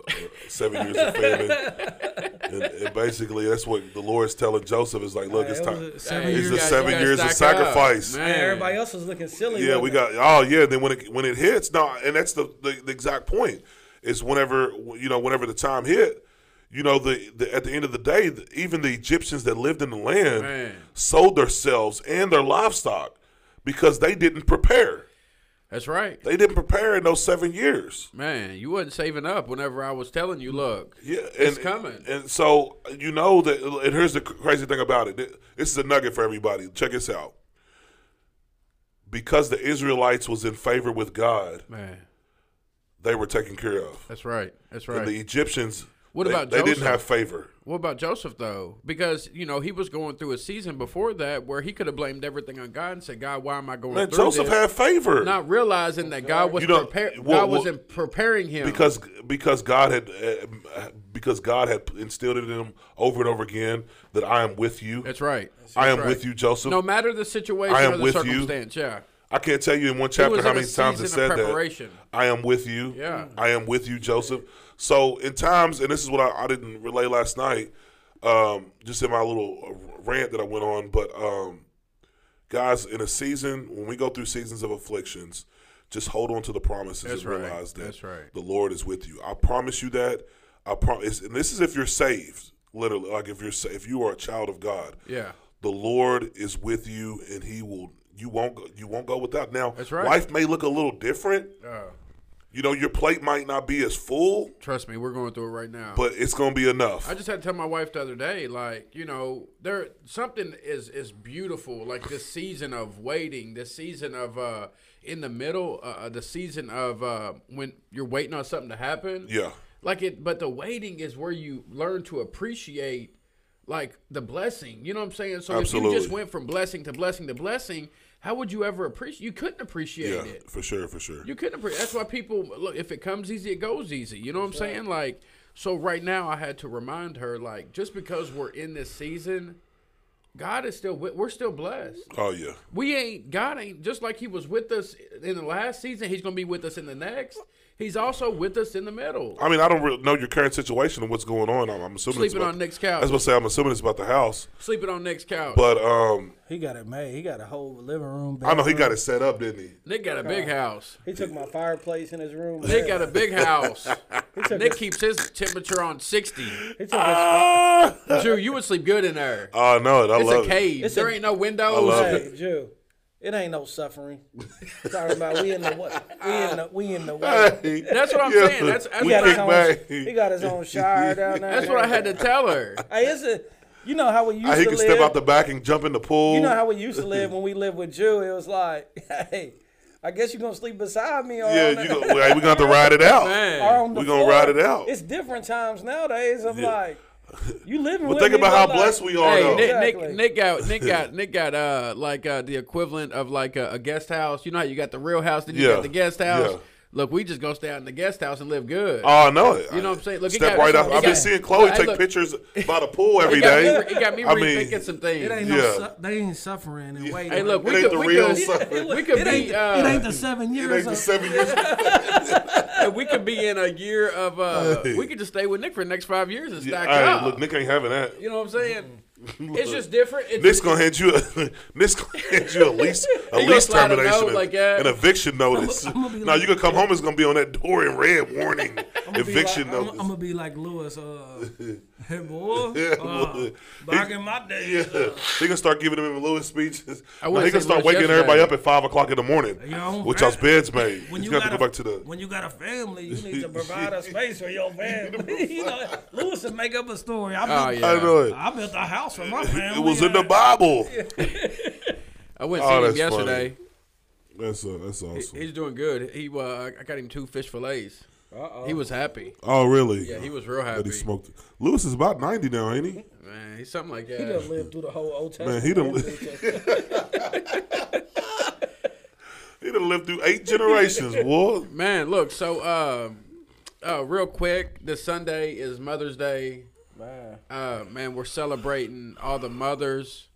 [SPEAKER 2] seven years of famine, and, and basically that's what the Lord is telling Joseph is like, look,
[SPEAKER 4] Hey,
[SPEAKER 2] it's
[SPEAKER 4] it was
[SPEAKER 2] time.
[SPEAKER 4] a
[SPEAKER 1] Hey,
[SPEAKER 4] seven
[SPEAKER 1] you
[SPEAKER 2] It's
[SPEAKER 4] years.
[SPEAKER 2] the
[SPEAKER 1] guys-
[SPEAKER 2] seven
[SPEAKER 1] you guys
[SPEAKER 2] years of
[SPEAKER 1] stack up.
[SPEAKER 2] sacrifice.
[SPEAKER 1] Man.
[SPEAKER 4] Everybody else was looking silly.
[SPEAKER 2] Yeah,
[SPEAKER 4] wasn't
[SPEAKER 2] we
[SPEAKER 4] it?
[SPEAKER 2] got oh yeah. Then when it when it hits, no, and that's the, the the exact point. Is whenever you know whenever the time hit, you know the, the at the end of the day, the, even the Egyptians that lived in the land
[SPEAKER 1] Man.
[SPEAKER 2] sold themselves and their livestock because they didn't prepare.
[SPEAKER 1] That's right.
[SPEAKER 2] They didn't prepare in those seven years.
[SPEAKER 1] Man, you wasn't saving up whenever I was telling you, look,
[SPEAKER 2] Yeah, and,
[SPEAKER 1] it's coming.
[SPEAKER 2] And so you know that. And here's the cr- crazy thing about it. Th- This is a nugget for everybody. Check this out. Because the Israelites was in favor with God,
[SPEAKER 1] Man,
[SPEAKER 2] they were taken care of.
[SPEAKER 1] that's right. That's
[SPEAKER 2] And
[SPEAKER 1] right.
[SPEAKER 2] the Egyptians,
[SPEAKER 1] What
[SPEAKER 2] they,
[SPEAKER 1] about
[SPEAKER 2] they didn't
[SPEAKER 1] Joseph?
[SPEAKER 2] have favor.
[SPEAKER 1] what about Joseph, though? Because, you know, he was going through a season before that where he could have blamed everything on God and said, God, why am I going
[SPEAKER 2] Man,
[SPEAKER 1] through
[SPEAKER 2] Joseph
[SPEAKER 1] this?
[SPEAKER 2] had favor
[SPEAKER 1] Not realizing that God was
[SPEAKER 2] You know,
[SPEAKER 1] prepar-
[SPEAKER 2] well,
[SPEAKER 1] God
[SPEAKER 2] well,
[SPEAKER 1] wasn't preparing him.
[SPEAKER 2] because because God had uh, because God had instilled it in him over and over again that I am with you.
[SPEAKER 1] That's right.
[SPEAKER 2] I am
[SPEAKER 1] That's right.
[SPEAKER 2] with you, Joseph.
[SPEAKER 1] No matter the situation
[SPEAKER 2] I am
[SPEAKER 1] or the
[SPEAKER 2] with you.
[SPEAKER 1] circumstance, yeah.
[SPEAKER 2] I can't tell you in one
[SPEAKER 1] was
[SPEAKER 2] chapter
[SPEAKER 1] in
[SPEAKER 2] how
[SPEAKER 1] a
[SPEAKER 2] many times
[SPEAKER 1] season
[SPEAKER 2] it
[SPEAKER 1] of
[SPEAKER 2] said that.
[SPEAKER 1] preparation.
[SPEAKER 2] I am with you.
[SPEAKER 1] Yeah.
[SPEAKER 2] I am with you, Joseph. So in times, and this is what I, I didn't relay last night, um, just in my little uh, rant that I went on, but um, guys, in a season when we go through seasons of afflictions, just hold on to the promises
[SPEAKER 1] That's
[SPEAKER 2] and
[SPEAKER 1] right.
[SPEAKER 2] realize that
[SPEAKER 1] That's right.
[SPEAKER 2] the Lord is with you. I promise you that. I promise, and this is if you're saved, literally, like if you're sa- if you are a child of God
[SPEAKER 1] Yeah.
[SPEAKER 2] the Lord is with you, and He will. You won't. Go, you won't go without. Now,
[SPEAKER 1] That's right.
[SPEAKER 2] life may look a little different. You know, your plate might not be as full,
[SPEAKER 1] Trust me, we're going through it right now.
[SPEAKER 2] but it's gonna be enough.
[SPEAKER 1] I just had to tell my wife the other day, like you know, there something is is beautiful, like this season of waiting, this season of uh in the middle, uh, uh, the season of uh when you're waiting on something to happen.
[SPEAKER 2] yeah,
[SPEAKER 1] Like it, but the waiting is where you learn to appreciate like the blessing. You know what I'm saying? So if you
[SPEAKER 2] Absolutely.
[SPEAKER 1] just went from blessing to blessing to blessing, how would you ever appreciate? You couldn't appreciate
[SPEAKER 2] yeah,
[SPEAKER 1] it.
[SPEAKER 2] for sure, for sure.
[SPEAKER 1] You couldn't. appre- That's why people look. If it comes easy, it goes easy. You know what I'm saying? Like, so right now, I had to remind her, like, just because we're in this season, God is still. with- We're still blessed.
[SPEAKER 2] oh yeah,
[SPEAKER 1] We ain't. God ain't. Just like He was with us in the last season, He's gonna be with us in the next. He's also with us in the middle.
[SPEAKER 2] I mean, I don't really know your current situation and what's going on. I'm, I'm assuming it's
[SPEAKER 1] Sleeping
[SPEAKER 2] about-
[SPEAKER 1] on Nick's couch.
[SPEAKER 2] I was about to say I'm assuming it's about the house,
[SPEAKER 1] Sleeping on Nick's couch.
[SPEAKER 2] but um,
[SPEAKER 3] He got it made. He got a whole living room.
[SPEAKER 2] I know he
[SPEAKER 3] bedroom.
[SPEAKER 2] got it set up, didn't he?
[SPEAKER 1] Nick got a big house.
[SPEAKER 3] He took my fireplace in his room.
[SPEAKER 1] Nick got a big house.
[SPEAKER 3] took
[SPEAKER 1] Nick keeps his temperature on 60.
[SPEAKER 3] He took his
[SPEAKER 2] Ah,
[SPEAKER 1] Drew, you would sleep good in there.
[SPEAKER 2] oh no, I
[SPEAKER 1] It's
[SPEAKER 2] love
[SPEAKER 1] a
[SPEAKER 2] it.
[SPEAKER 1] cave.
[SPEAKER 3] It's
[SPEAKER 1] there
[SPEAKER 3] a-
[SPEAKER 1] ain't no
[SPEAKER 2] love
[SPEAKER 1] windows.
[SPEAKER 3] Hey, Jew, it ain't no suffering. Talking about we in the what? We in the we in the what?
[SPEAKER 2] Hey,
[SPEAKER 1] That's what I'm
[SPEAKER 2] yeah,
[SPEAKER 1] saying. That's- that's
[SPEAKER 2] we
[SPEAKER 3] He got, his
[SPEAKER 2] kick
[SPEAKER 3] own,
[SPEAKER 2] back.
[SPEAKER 3] he got his own shower down there.
[SPEAKER 1] That's what I had to tell her.
[SPEAKER 3] Hey, it's a, you know how we used
[SPEAKER 2] Ah, he
[SPEAKER 3] to
[SPEAKER 2] can
[SPEAKER 3] live.
[SPEAKER 2] step out the back and jump in the pool.
[SPEAKER 3] you know how we used to live when we lived with Jew. It was like, hey, I guess you're gonna sleep beside me. Or on
[SPEAKER 2] yeah,
[SPEAKER 3] the,
[SPEAKER 2] you go, hey, we're gonna have to ride it out.
[SPEAKER 4] Oh,
[SPEAKER 3] or
[SPEAKER 1] Man.
[SPEAKER 3] on the
[SPEAKER 2] We gonna
[SPEAKER 3] floor.
[SPEAKER 2] ride it out.
[SPEAKER 3] It's different times nowadays. I'm
[SPEAKER 2] Yeah.
[SPEAKER 3] like, you living.
[SPEAKER 2] But
[SPEAKER 3] with
[SPEAKER 2] think
[SPEAKER 3] me,
[SPEAKER 2] about
[SPEAKER 3] but
[SPEAKER 2] how
[SPEAKER 3] like-
[SPEAKER 2] blessed we are,
[SPEAKER 1] Hey,
[SPEAKER 2] though.
[SPEAKER 1] Nick,
[SPEAKER 3] Exactly.
[SPEAKER 1] Nick, Nick got Nick got Nick got uh like uh the equivalent of like a, a guest house. You know how you got the real house, then you
[SPEAKER 2] Yeah.
[SPEAKER 1] got the guest house.
[SPEAKER 2] Yeah.
[SPEAKER 1] Look, we just gonna stay out in the guest house and live good.
[SPEAKER 2] Oh, I know it.
[SPEAKER 1] You know what I'm saying? Look, it
[SPEAKER 2] Step
[SPEAKER 1] got-
[SPEAKER 2] right up.
[SPEAKER 1] it
[SPEAKER 2] I've been
[SPEAKER 1] got-
[SPEAKER 2] seeing Chloe
[SPEAKER 1] Hey,
[SPEAKER 2] take
[SPEAKER 1] look.
[SPEAKER 2] pictures by the pool every
[SPEAKER 1] it, got
[SPEAKER 2] day.
[SPEAKER 1] me, it got me
[SPEAKER 2] I
[SPEAKER 1] rethinking
[SPEAKER 2] mean,
[SPEAKER 1] some things.
[SPEAKER 4] It ain't no.
[SPEAKER 2] Yeah.
[SPEAKER 4] Su- they ain't suffering and waiting.
[SPEAKER 1] Hey, look, we
[SPEAKER 2] ain't
[SPEAKER 1] could,
[SPEAKER 2] the
[SPEAKER 1] we,
[SPEAKER 2] real
[SPEAKER 1] could,
[SPEAKER 2] suffering.
[SPEAKER 1] we could
[SPEAKER 4] it ain't,
[SPEAKER 1] be
[SPEAKER 4] the-
[SPEAKER 1] uh,
[SPEAKER 4] it ain't the seven
[SPEAKER 2] it
[SPEAKER 4] years.
[SPEAKER 2] ain't the
[SPEAKER 4] of-
[SPEAKER 2] seven years.
[SPEAKER 1] we could be in a year of uh,
[SPEAKER 2] Hey.
[SPEAKER 1] we could just stay with Nick for the next five years and
[SPEAKER 2] Yeah,
[SPEAKER 1] stack
[SPEAKER 2] all
[SPEAKER 1] up.
[SPEAKER 2] right, look, Nick ain't having that.
[SPEAKER 1] you know what I'm saying? it's just different. It's,
[SPEAKER 2] Nick's gonna hand you a Nick's gonna hand you a lease a
[SPEAKER 1] gonna
[SPEAKER 2] lease
[SPEAKER 1] slide a note
[SPEAKER 2] termination, and
[SPEAKER 1] like that.
[SPEAKER 2] an eviction notice.
[SPEAKER 4] I'ma be
[SPEAKER 2] Now
[SPEAKER 4] like-
[SPEAKER 2] you can come home. It's gonna be on that door in red warning
[SPEAKER 4] I'ma be like-
[SPEAKER 2] eviction
[SPEAKER 4] I'm,
[SPEAKER 2] notice.
[SPEAKER 4] I'm gonna be like Lewis. Uh, hey boy,
[SPEAKER 2] Yeah,
[SPEAKER 4] uh,
[SPEAKER 2] boy.
[SPEAKER 4] back
[SPEAKER 2] He-
[SPEAKER 4] in my uh, day,
[SPEAKER 2] yeah, he can start giving them Lewis speeches.
[SPEAKER 1] I
[SPEAKER 2] Now
[SPEAKER 1] wouldn't
[SPEAKER 2] he can
[SPEAKER 1] say
[SPEAKER 2] start
[SPEAKER 1] Lewis
[SPEAKER 2] waking
[SPEAKER 1] yesterday.
[SPEAKER 2] everybody up at five o'clock in the morning,
[SPEAKER 4] You know,
[SPEAKER 2] which our bed's made.
[SPEAKER 4] when
[SPEAKER 2] He's
[SPEAKER 4] you
[SPEAKER 2] gonna have
[SPEAKER 4] got
[SPEAKER 2] to
[SPEAKER 4] a,
[SPEAKER 2] go back to the.
[SPEAKER 4] when you got a family, you need to provide a space for your family. you know, Lewis would make up a story. I
[SPEAKER 1] oh
[SPEAKER 4] built,
[SPEAKER 1] yeah,
[SPEAKER 2] I know it.
[SPEAKER 4] I built a house for my family.
[SPEAKER 2] It was in the
[SPEAKER 4] and-
[SPEAKER 2] Bible.
[SPEAKER 1] I went
[SPEAKER 2] Oh,
[SPEAKER 1] and seen him
[SPEAKER 2] that's funny.
[SPEAKER 1] yesterday.
[SPEAKER 2] That's uh, that's awesome.
[SPEAKER 1] He's doing good. He uh, I got him two fish fillets.
[SPEAKER 3] Uh-oh.
[SPEAKER 1] He was happy.
[SPEAKER 2] oh really?
[SPEAKER 1] Yeah, he was real
[SPEAKER 2] That
[SPEAKER 1] happy.
[SPEAKER 2] he smoked. Lewis is about ninety now, ain't he?
[SPEAKER 1] Man, he's something like
[SPEAKER 3] He done
[SPEAKER 1] that.
[SPEAKER 3] lived through the whole Old
[SPEAKER 2] Man,
[SPEAKER 3] Testament.
[SPEAKER 2] he done
[SPEAKER 3] and New Testament.
[SPEAKER 2] He done lived through eight generations, boy.
[SPEAKER 1] Man, look. So, um, uh, real quick, this Sunday is Mother's Day.
[SPEAKER 3] Man.
[SPEAKER 1] Uh, man, we're celebrating all the mothers.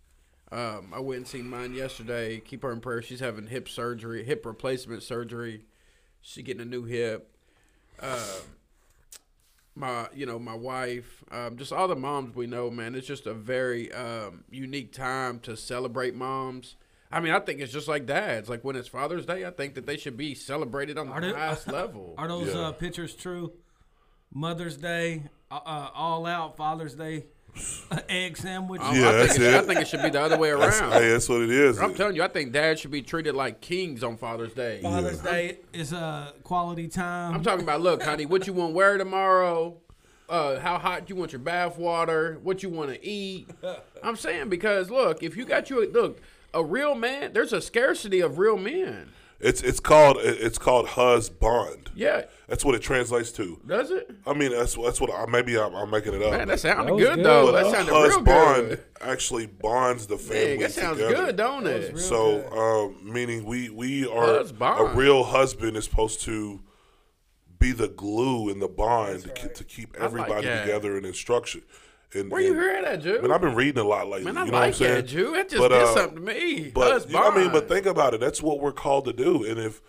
[SPEAKER 1] Um, I went and seen mine yesterday. Keep her in prayer. She's having hip surgery, hip replacement surgery. She's getting a new hip. Uh, my, you know, my wife, um, just all the moms we know, man. It's just a very um, unique time to celebrate moms. I mean, I think it's just like dads. Like when it's Father's Day, I think that they should be celebrated on the
[SPEAKER 4] there-
[SPEAKER 1] highest level.
[SPEAKER 4] Are those
[SPEAKER 2] Yeah.
[SPEAKER 4] uh, pictures true? Mother's Day, uh, uh, all out. Father's Day, egg sandwich.
[SPEAKER 1] I- I,
[SPEAKER 2] Yeah,
[SPEAKER 1] think
[SPEAKER 2] that's
[SPEAKER 1] it should- I
[SPEAKER 2] it.
[SPEAKER 1] think it should be the other way
[SPEAKER 2] That's,
[SPEAKER 1] around.
[SPEAKER 2] hey, that's what it is.
[SPEAKER 1] I'm telling you, I think dads should be treated like kings on Father's Day.
[SPEAKER 4] Father's Day is uh, quality time.
[SPEAKER 1] I'm talking about, look, honey, what you want to wear tomorrow? Uh, how hot you want your bath water? What you want to eat? I'm saying because look, if you got you a, look a real man, there's a scarcity of real men.
[SPEAKER 2] It's it's called it's called husband.
[SPEAKER 1] Yeah,
[SPEAKER 2] That's what it translates to.
[SPEAKER 1] does it?
[SPEAKER 2] I mean, that's that's what I maybe I'm, I'm making it up.
[SPEAKER 1] Man, that sounded
[SPEAKER 3] That was
[SPEAKER 1] good,
[SPEAKER 3] good,
[SPEAKER 1] though.
[SPEAKER 2] but
[SPEAKER 1] That
[SPEAKER 2] a
[SPEAKER 1] sounded real
[SPEAKER 2] husband
[SPEAKER 1] good.
[SPEAKER 2] actually bonds the family.
[SPEAKER 1] Dang, that sounds
[SPEAKER 2] together.
[SPEAKER 1] good, don't it?
[SPEAKER 2] So, um, meaning we we are
[SPEAKER 1] Husband.
[SPEAKER 2] a real husband is supposed to be the glue and the bond to, ke- to keep everybody
[SPEAKER 1] that.
[SPEAKER 2] together and in structure. And,
[SPEAKER 1] Where you
[SPEAKER 2] and-
[SPEAKER 1] hearing that, Jew?
[SPEAKER 2] Man, I've been reading a lot lately.
[SPEAKER 1] Man, I
[SPEAKER 2] you know
[SPEAKER 1] like
[SPEAKER 2] what I'm saying?
[SPEAKER 1] that, Jew. That just
[SPEAKER 2] But,
[SPEAKER 1] did
[SPEAKER 2] uh,
[SPEAKER 1] something to me.
[SPEAKER 2] But
[SPEAKER 1] Husband.
[SPEAKER 2] you know what I mean, but think about it. That's what we're called to do. And if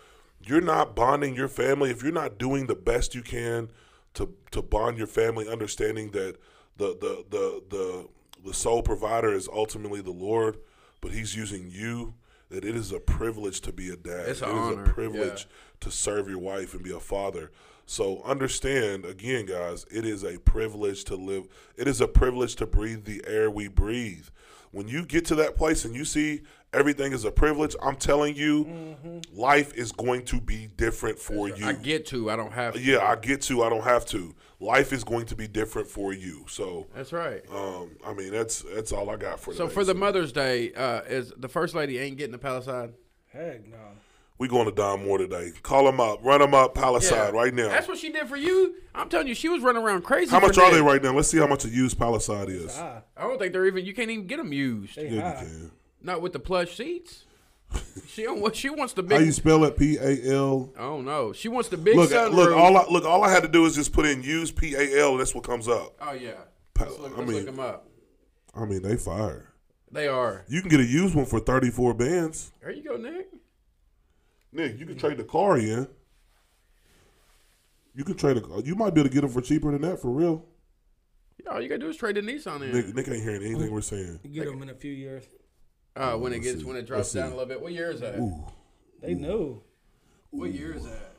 [SPEAKER 2] you're not bonding your family, if you're not doing the best you can to to bond your family, understanding that the the the the, the sole provider is ultimately the Lord, but He's using you. That it is a privilege to be a dad.
[SPEAKER 1] It's
[SPEAKER 2] It
[SPEAKER 1] an
[SPEAKER 2] is
[SPEAKER 1] honor,
[SPEAKER 2] a privilege to serve your wife and be a father. So understand again, guys, it is a privilege to live. It is a privilege to breathe the air we breathe. When you get to that place and you see everything is a privilege, I'm telling you, life is going to be different for you.
[SPEAKER 1] Mm-hmm.
[SPEAKER 2] Uh,
[SPEAKER 1] I get to. I don't have. To.
[SPEAKER 2] yeah, I get to. I don't have to. Life is going to be different for you. So,
[SPEAKER 1] That's right.
[SPEAKER 2] um, I mean, that's that's all I got for
[SPEAKER 1] So
[SPEAKER 2] today.
[SPEAKER 1] for the Mother's Day, uh, is the first lady ain't getting the Palisade?
[SPEAKER 3] Heck no.
[SPEAKER 2] we going to Don Moore today. Call him up, run him up, Palisade right now.
[SPEAKER 1] That's what she did for you. I'm telling you, she was running around crazy.
[SPEAKER 2] How
[SPEAKER 1] for
[SPEAKER 2] much are they
[SPEAKER 1] Nick.
[SPEAKER 2] right now? Let's see how much a used Palisade is.
[SPEAKER 3] Ah,
[SPEAKER 1] I don't think they're even. You can't even get them used.
[SPEAKER 3] they
[SPEAKER 2] Yeah,
[SPEAKER 3] high.
[SPEAKER 2] you can.
[SPEAKER 1] Not with the plush seats. she don't. want- She wants the
[SPEAKER 2] How
[SPEAKER 1] big.
[SPEAKER 2] you spell it? P A L.
[SPEAKER 1] I don't know. She wants the big
[SPEAKER 2] Look, uh,
[SPEAKER 1] sunroof.
[SPEAKER 2] look. All I look. All I had to do is just put in use P A L. That's what comes up.
[SPEAKER 1] oh yeah.
[SPEAKER 2] Pa-
[SPEAKER 1] Let's look,
[SPEAKER 2] I
[SPEAKER 1] let's
[SPEAKER 2] mean-
[SPEAKER 1] look them up.
[SPEAKER 2] I mean, they fire.
[SPEAKER 1] They are.
[SPEAKER 2] You can get a used one for thirty four bands.
[SPEAKER 1] There you go, Nick.
[SPEAKER 2] Nick, you can trade the car in. You could trade a. You might be able to get them for cheaper than that for real.
[SPEAKER 1] All you gotta do is trade the Nissan in.
[SPEAKER 2] Nick, Nick ain't hearing anything we're saying.
[SPEAKER 4] You get them in a few years.
[SPEAKER 1] Uh, when it
[SPEAKER 2] Let's
[SPEAKER 1] gets
[SPEAKER 2] see.
[SPEAKER 1] when it
[SPEAKER 2] Let's
[SPEAKER 1] drops down
[SPEAKER 2] see.
[SPEAKER 1] a little bit. What year is that?
[SPEAKER 4] They knew.
[SPEAKER 1] What year is that?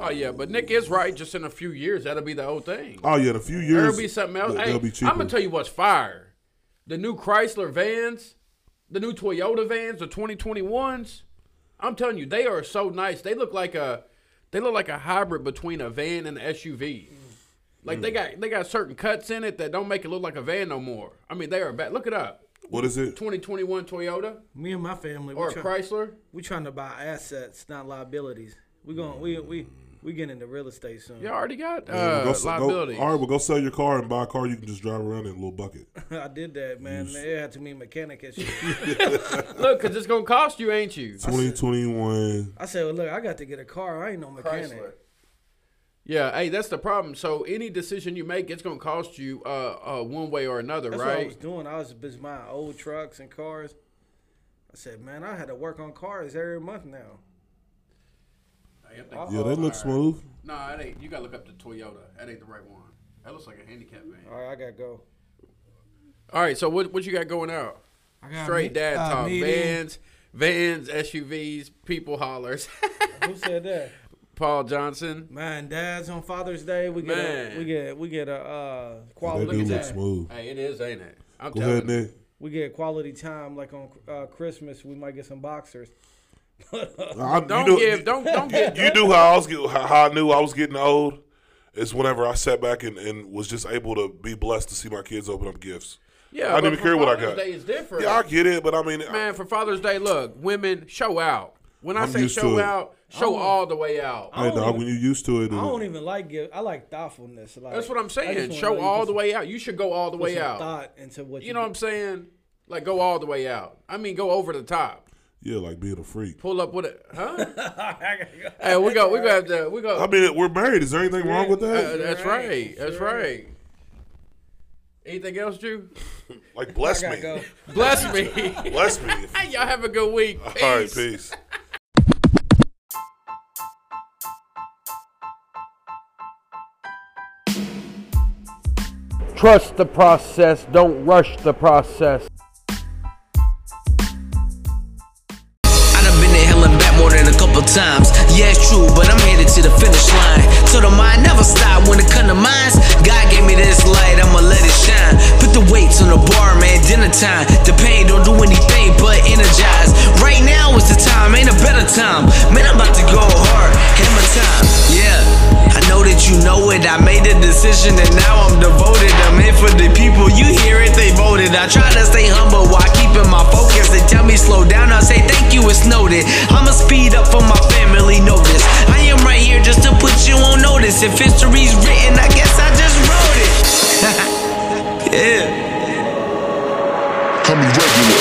[SPEAKER 1] Oh yeah, but Nick is right. Just in a few years, that'll be the old thing.
[SPEAKER 2] Oh yeah, in a few years
[SPEAKER 1] There'll be something else.
[SPEAKER 2] they-
[SPEAKER 1] Hey,
[SPEAKER 2] They'll be cheaper.
[SPEAKER 1] I'm gonna tell you what's fire: the new Chrysler vans, the new Toyota vans, the 2021s. I'm telling you, they are so nice. They look like a, they look like a hybrid between a van and an SUV. Like
[SPEAKER 2] Mm.
[SPEAKER 1] they got they got certain cuts in it that don't make it look like a van no more. I mean, they are bad. Look it up.
[SPEAKER 2] What is it?
[SPEAKER 1] 2021 Toyota
[SPEAKER 4] Me and my family.
[SPEAKER 1] or
[SPEAKER 4] We,
[SPEAKER 1] a
[SPEAKER 4] try,
[SPEAKER 1] Chrysler.
[SPEAKER 4] we trying to buy assets, not liabilities. We going. We we we getting into real estate soon.
[SPEAKER 1] You already got
[SPEAKER 2] Well,
[SPEAKER 1] uh,
[SPEAKER 2] go s- go-
[SPEAKER 1] liability.
[SPEAKER 2] all right, well, go sell your car and buy a car you can just drive around in a little bucket.
[SPEAKER 4] I did that, man. They had to meet mechanic and shit.
[SPEAKER 1] Look, because it's gonna cost you, ain't you?
[SPEAKER 2] Twenty twenty one.
[SPEAKER 4] I said, well, look, I got to get a car. I ain't no mechanic.
[SPEAKER 1] Yeah, hey, that's the problem. So any decision you make, it's gonna cost you uh, uh one way or another,
[SPEAKER 4] That's what I
[SPEAKER 1] right?
[SPEAKER 4] was doing. I was just buying old trucks and cars. I said, man, I had to work on cars every month now.
[SPEAKER 1] Uh-huh.
[SPEAKER 2] Yeah, they look smooth.
[SPEAKER 1] Nah, it ain't. You gotta look up the Toyota. That ain't the right one. That looks like a handicap van.
[SPEAKER 4] All right, I gotta go.
[SPEAKER 1] All right, so what what you got going out?
[SPEAKER 4] I got
[SPEAKER 1] Straight
[SPEAKER 4] me-
[SPEAKER 1] dad
[SPEAKER 4] uh,
[SPEAKER 1] talk.
[SPEAKER 4] meeting.
[SPEAKER 1] Vans, vans, SUVs, people hollers.
[SPEAKER 4] Who said that?
[SPEAKER 1] Paul Johnson.
[SPEAKER 4] Man, dads on Father's Day, we get a,
[SPEAKER 1] Man.
[SPEAKER 4] we get we get a uh,
[SPEAKER 2] They
[SPEAKER 4] quality
[SPEAKER 2] do
[SPEAKER 4] time.
[SPEAKER 2] look smooth.
[SPEAKER 1] Hey, it is, ain't it? I'm
[SPEAKER 2] Go
[SPEAKER 1] telling
[SPEAKER 2] ahead,
[SPEAKER 1] you.
[SPEAKER 2] Nick.
[SPEAKER 4] We get quality time like on uh, Christmas. We might get some boxers.
[SPEAKER 2] I,
[SPEAKER 1] Don't
[SPEAKER 2] you know,
[SPEAKER 1] give, don't don't give.
[SPEAKER 2] You do how I was get, how how I knew I was getting old is whenever I sat back and, and was just able to be blessed to see my kids open up gifts.
[SPEAKER 1] Yeah,
[SPEAKER 2] I didn't
[SPEAKER 1] but
[SPEAKER 2] even
[SPEAKER 1] for
[SPEAKER 2] care what I
[SPEAKER 1] Father's
[SPEAKER 2] got.
[SPEAKER 1] Day is different.
[SPEAKER 2] Yeah, I get it, but I mean,
[SPEAKER 1] man, for Father's Day, look, women show out. When I
[SPEAKER 2] I'm
[SPEAKER 1] say
[SPEAKER 2] used to
[SPEAKER 1] show
[SPEAKER 2] it.
[SPEAKER 1] out, show
[SPEAKER 4] Oh.
[SPEAKER 1] all the way out.
[SPEAKER 2] I, hey,
[SPEAKER 4] don't
[SPEAKER 2] dog,
[SPEAKER 4] even-
[SPEAKER 2] when you used to it,
[SPEAKER 4] I
[SPEAKER 2] uh,
[SPEAKER 4] don't even like give. I like thoughtfulness. Like,
[SPEAKER 1] That's what I'm
[SPEAKER 4] I just
[SPEAKER 1] saying.
[SPEAKER 4] wanna
[SPEAKER 1] Show
[SPEAKER 4] know you
[SPEAKER 1] all
[SPEAKER 4] put
[SPEAKER 1] the way out. You should go all the
[SPEAKER 4] some- put
[SPEAKER 1] way
[SPEAKER 4] some
[SPEAKER 1] out.
[SPEAKER 4] Thought into what you,
[SPEAKER 1] You know what
[SPEAKER 4] do.
[SPEAKER 1] I'm saying? Like go all the way out. I mean, go over the top.
[SPEAKER 2] yeah, like being a freak.
[SPEAKER 1] Pull up with it, huh? hey, we go. We go have to. We go.
[SPEAKER 2] I mean, we're married. Is there anything wrong with
[SPEAKER 1] Uh,
[SPEAKER 2] that?
[SPEAKER 1] that's
[SPEAKER 4] right.
[SPEAKER 1] right. That's right. Anything else, Jew?
[SPEAKER 2] Like, bless
[SPEAKER 4] I
[SPEAKER 2] me,
[SPEAKER 4] gotta go.
[SPEAKER 1] Bless me. hey,
[SPEAKER 2] bless me. All
[SPEAKER 1] y'all have a good week.
[SPEAKER 2] right,
[SPEAKER 1] Peace.
[SPEAKER 2] peace.
[SPEAKER 5] Trust the process, don't rush the process.
[SPEAKER 6] I done been to hell and back more than a couple times. Yeah, it's true, but I'm headed to the finish line. So the mind never stop when it come to minds. God gave me this light, I'ma let it shine. Put the weights on the bar, man, dinner time. The pain don't do anything but energize. Right now is the time, ain't a better time. Man, I'm about to go hard, hammer time. Yeah, I know that you know it. I made a decision and now I'm devoted. I'm in for the people. You hear it, they voted. I try to stay humble while keeping my focus. They tell me slow down, I say thank you, it's noted. I'ma speed up for my family, notice. I am right here just to put you on notice. If history's written, I guess I just wrote it. yeah.
[SPEAKER 7] Call me regular.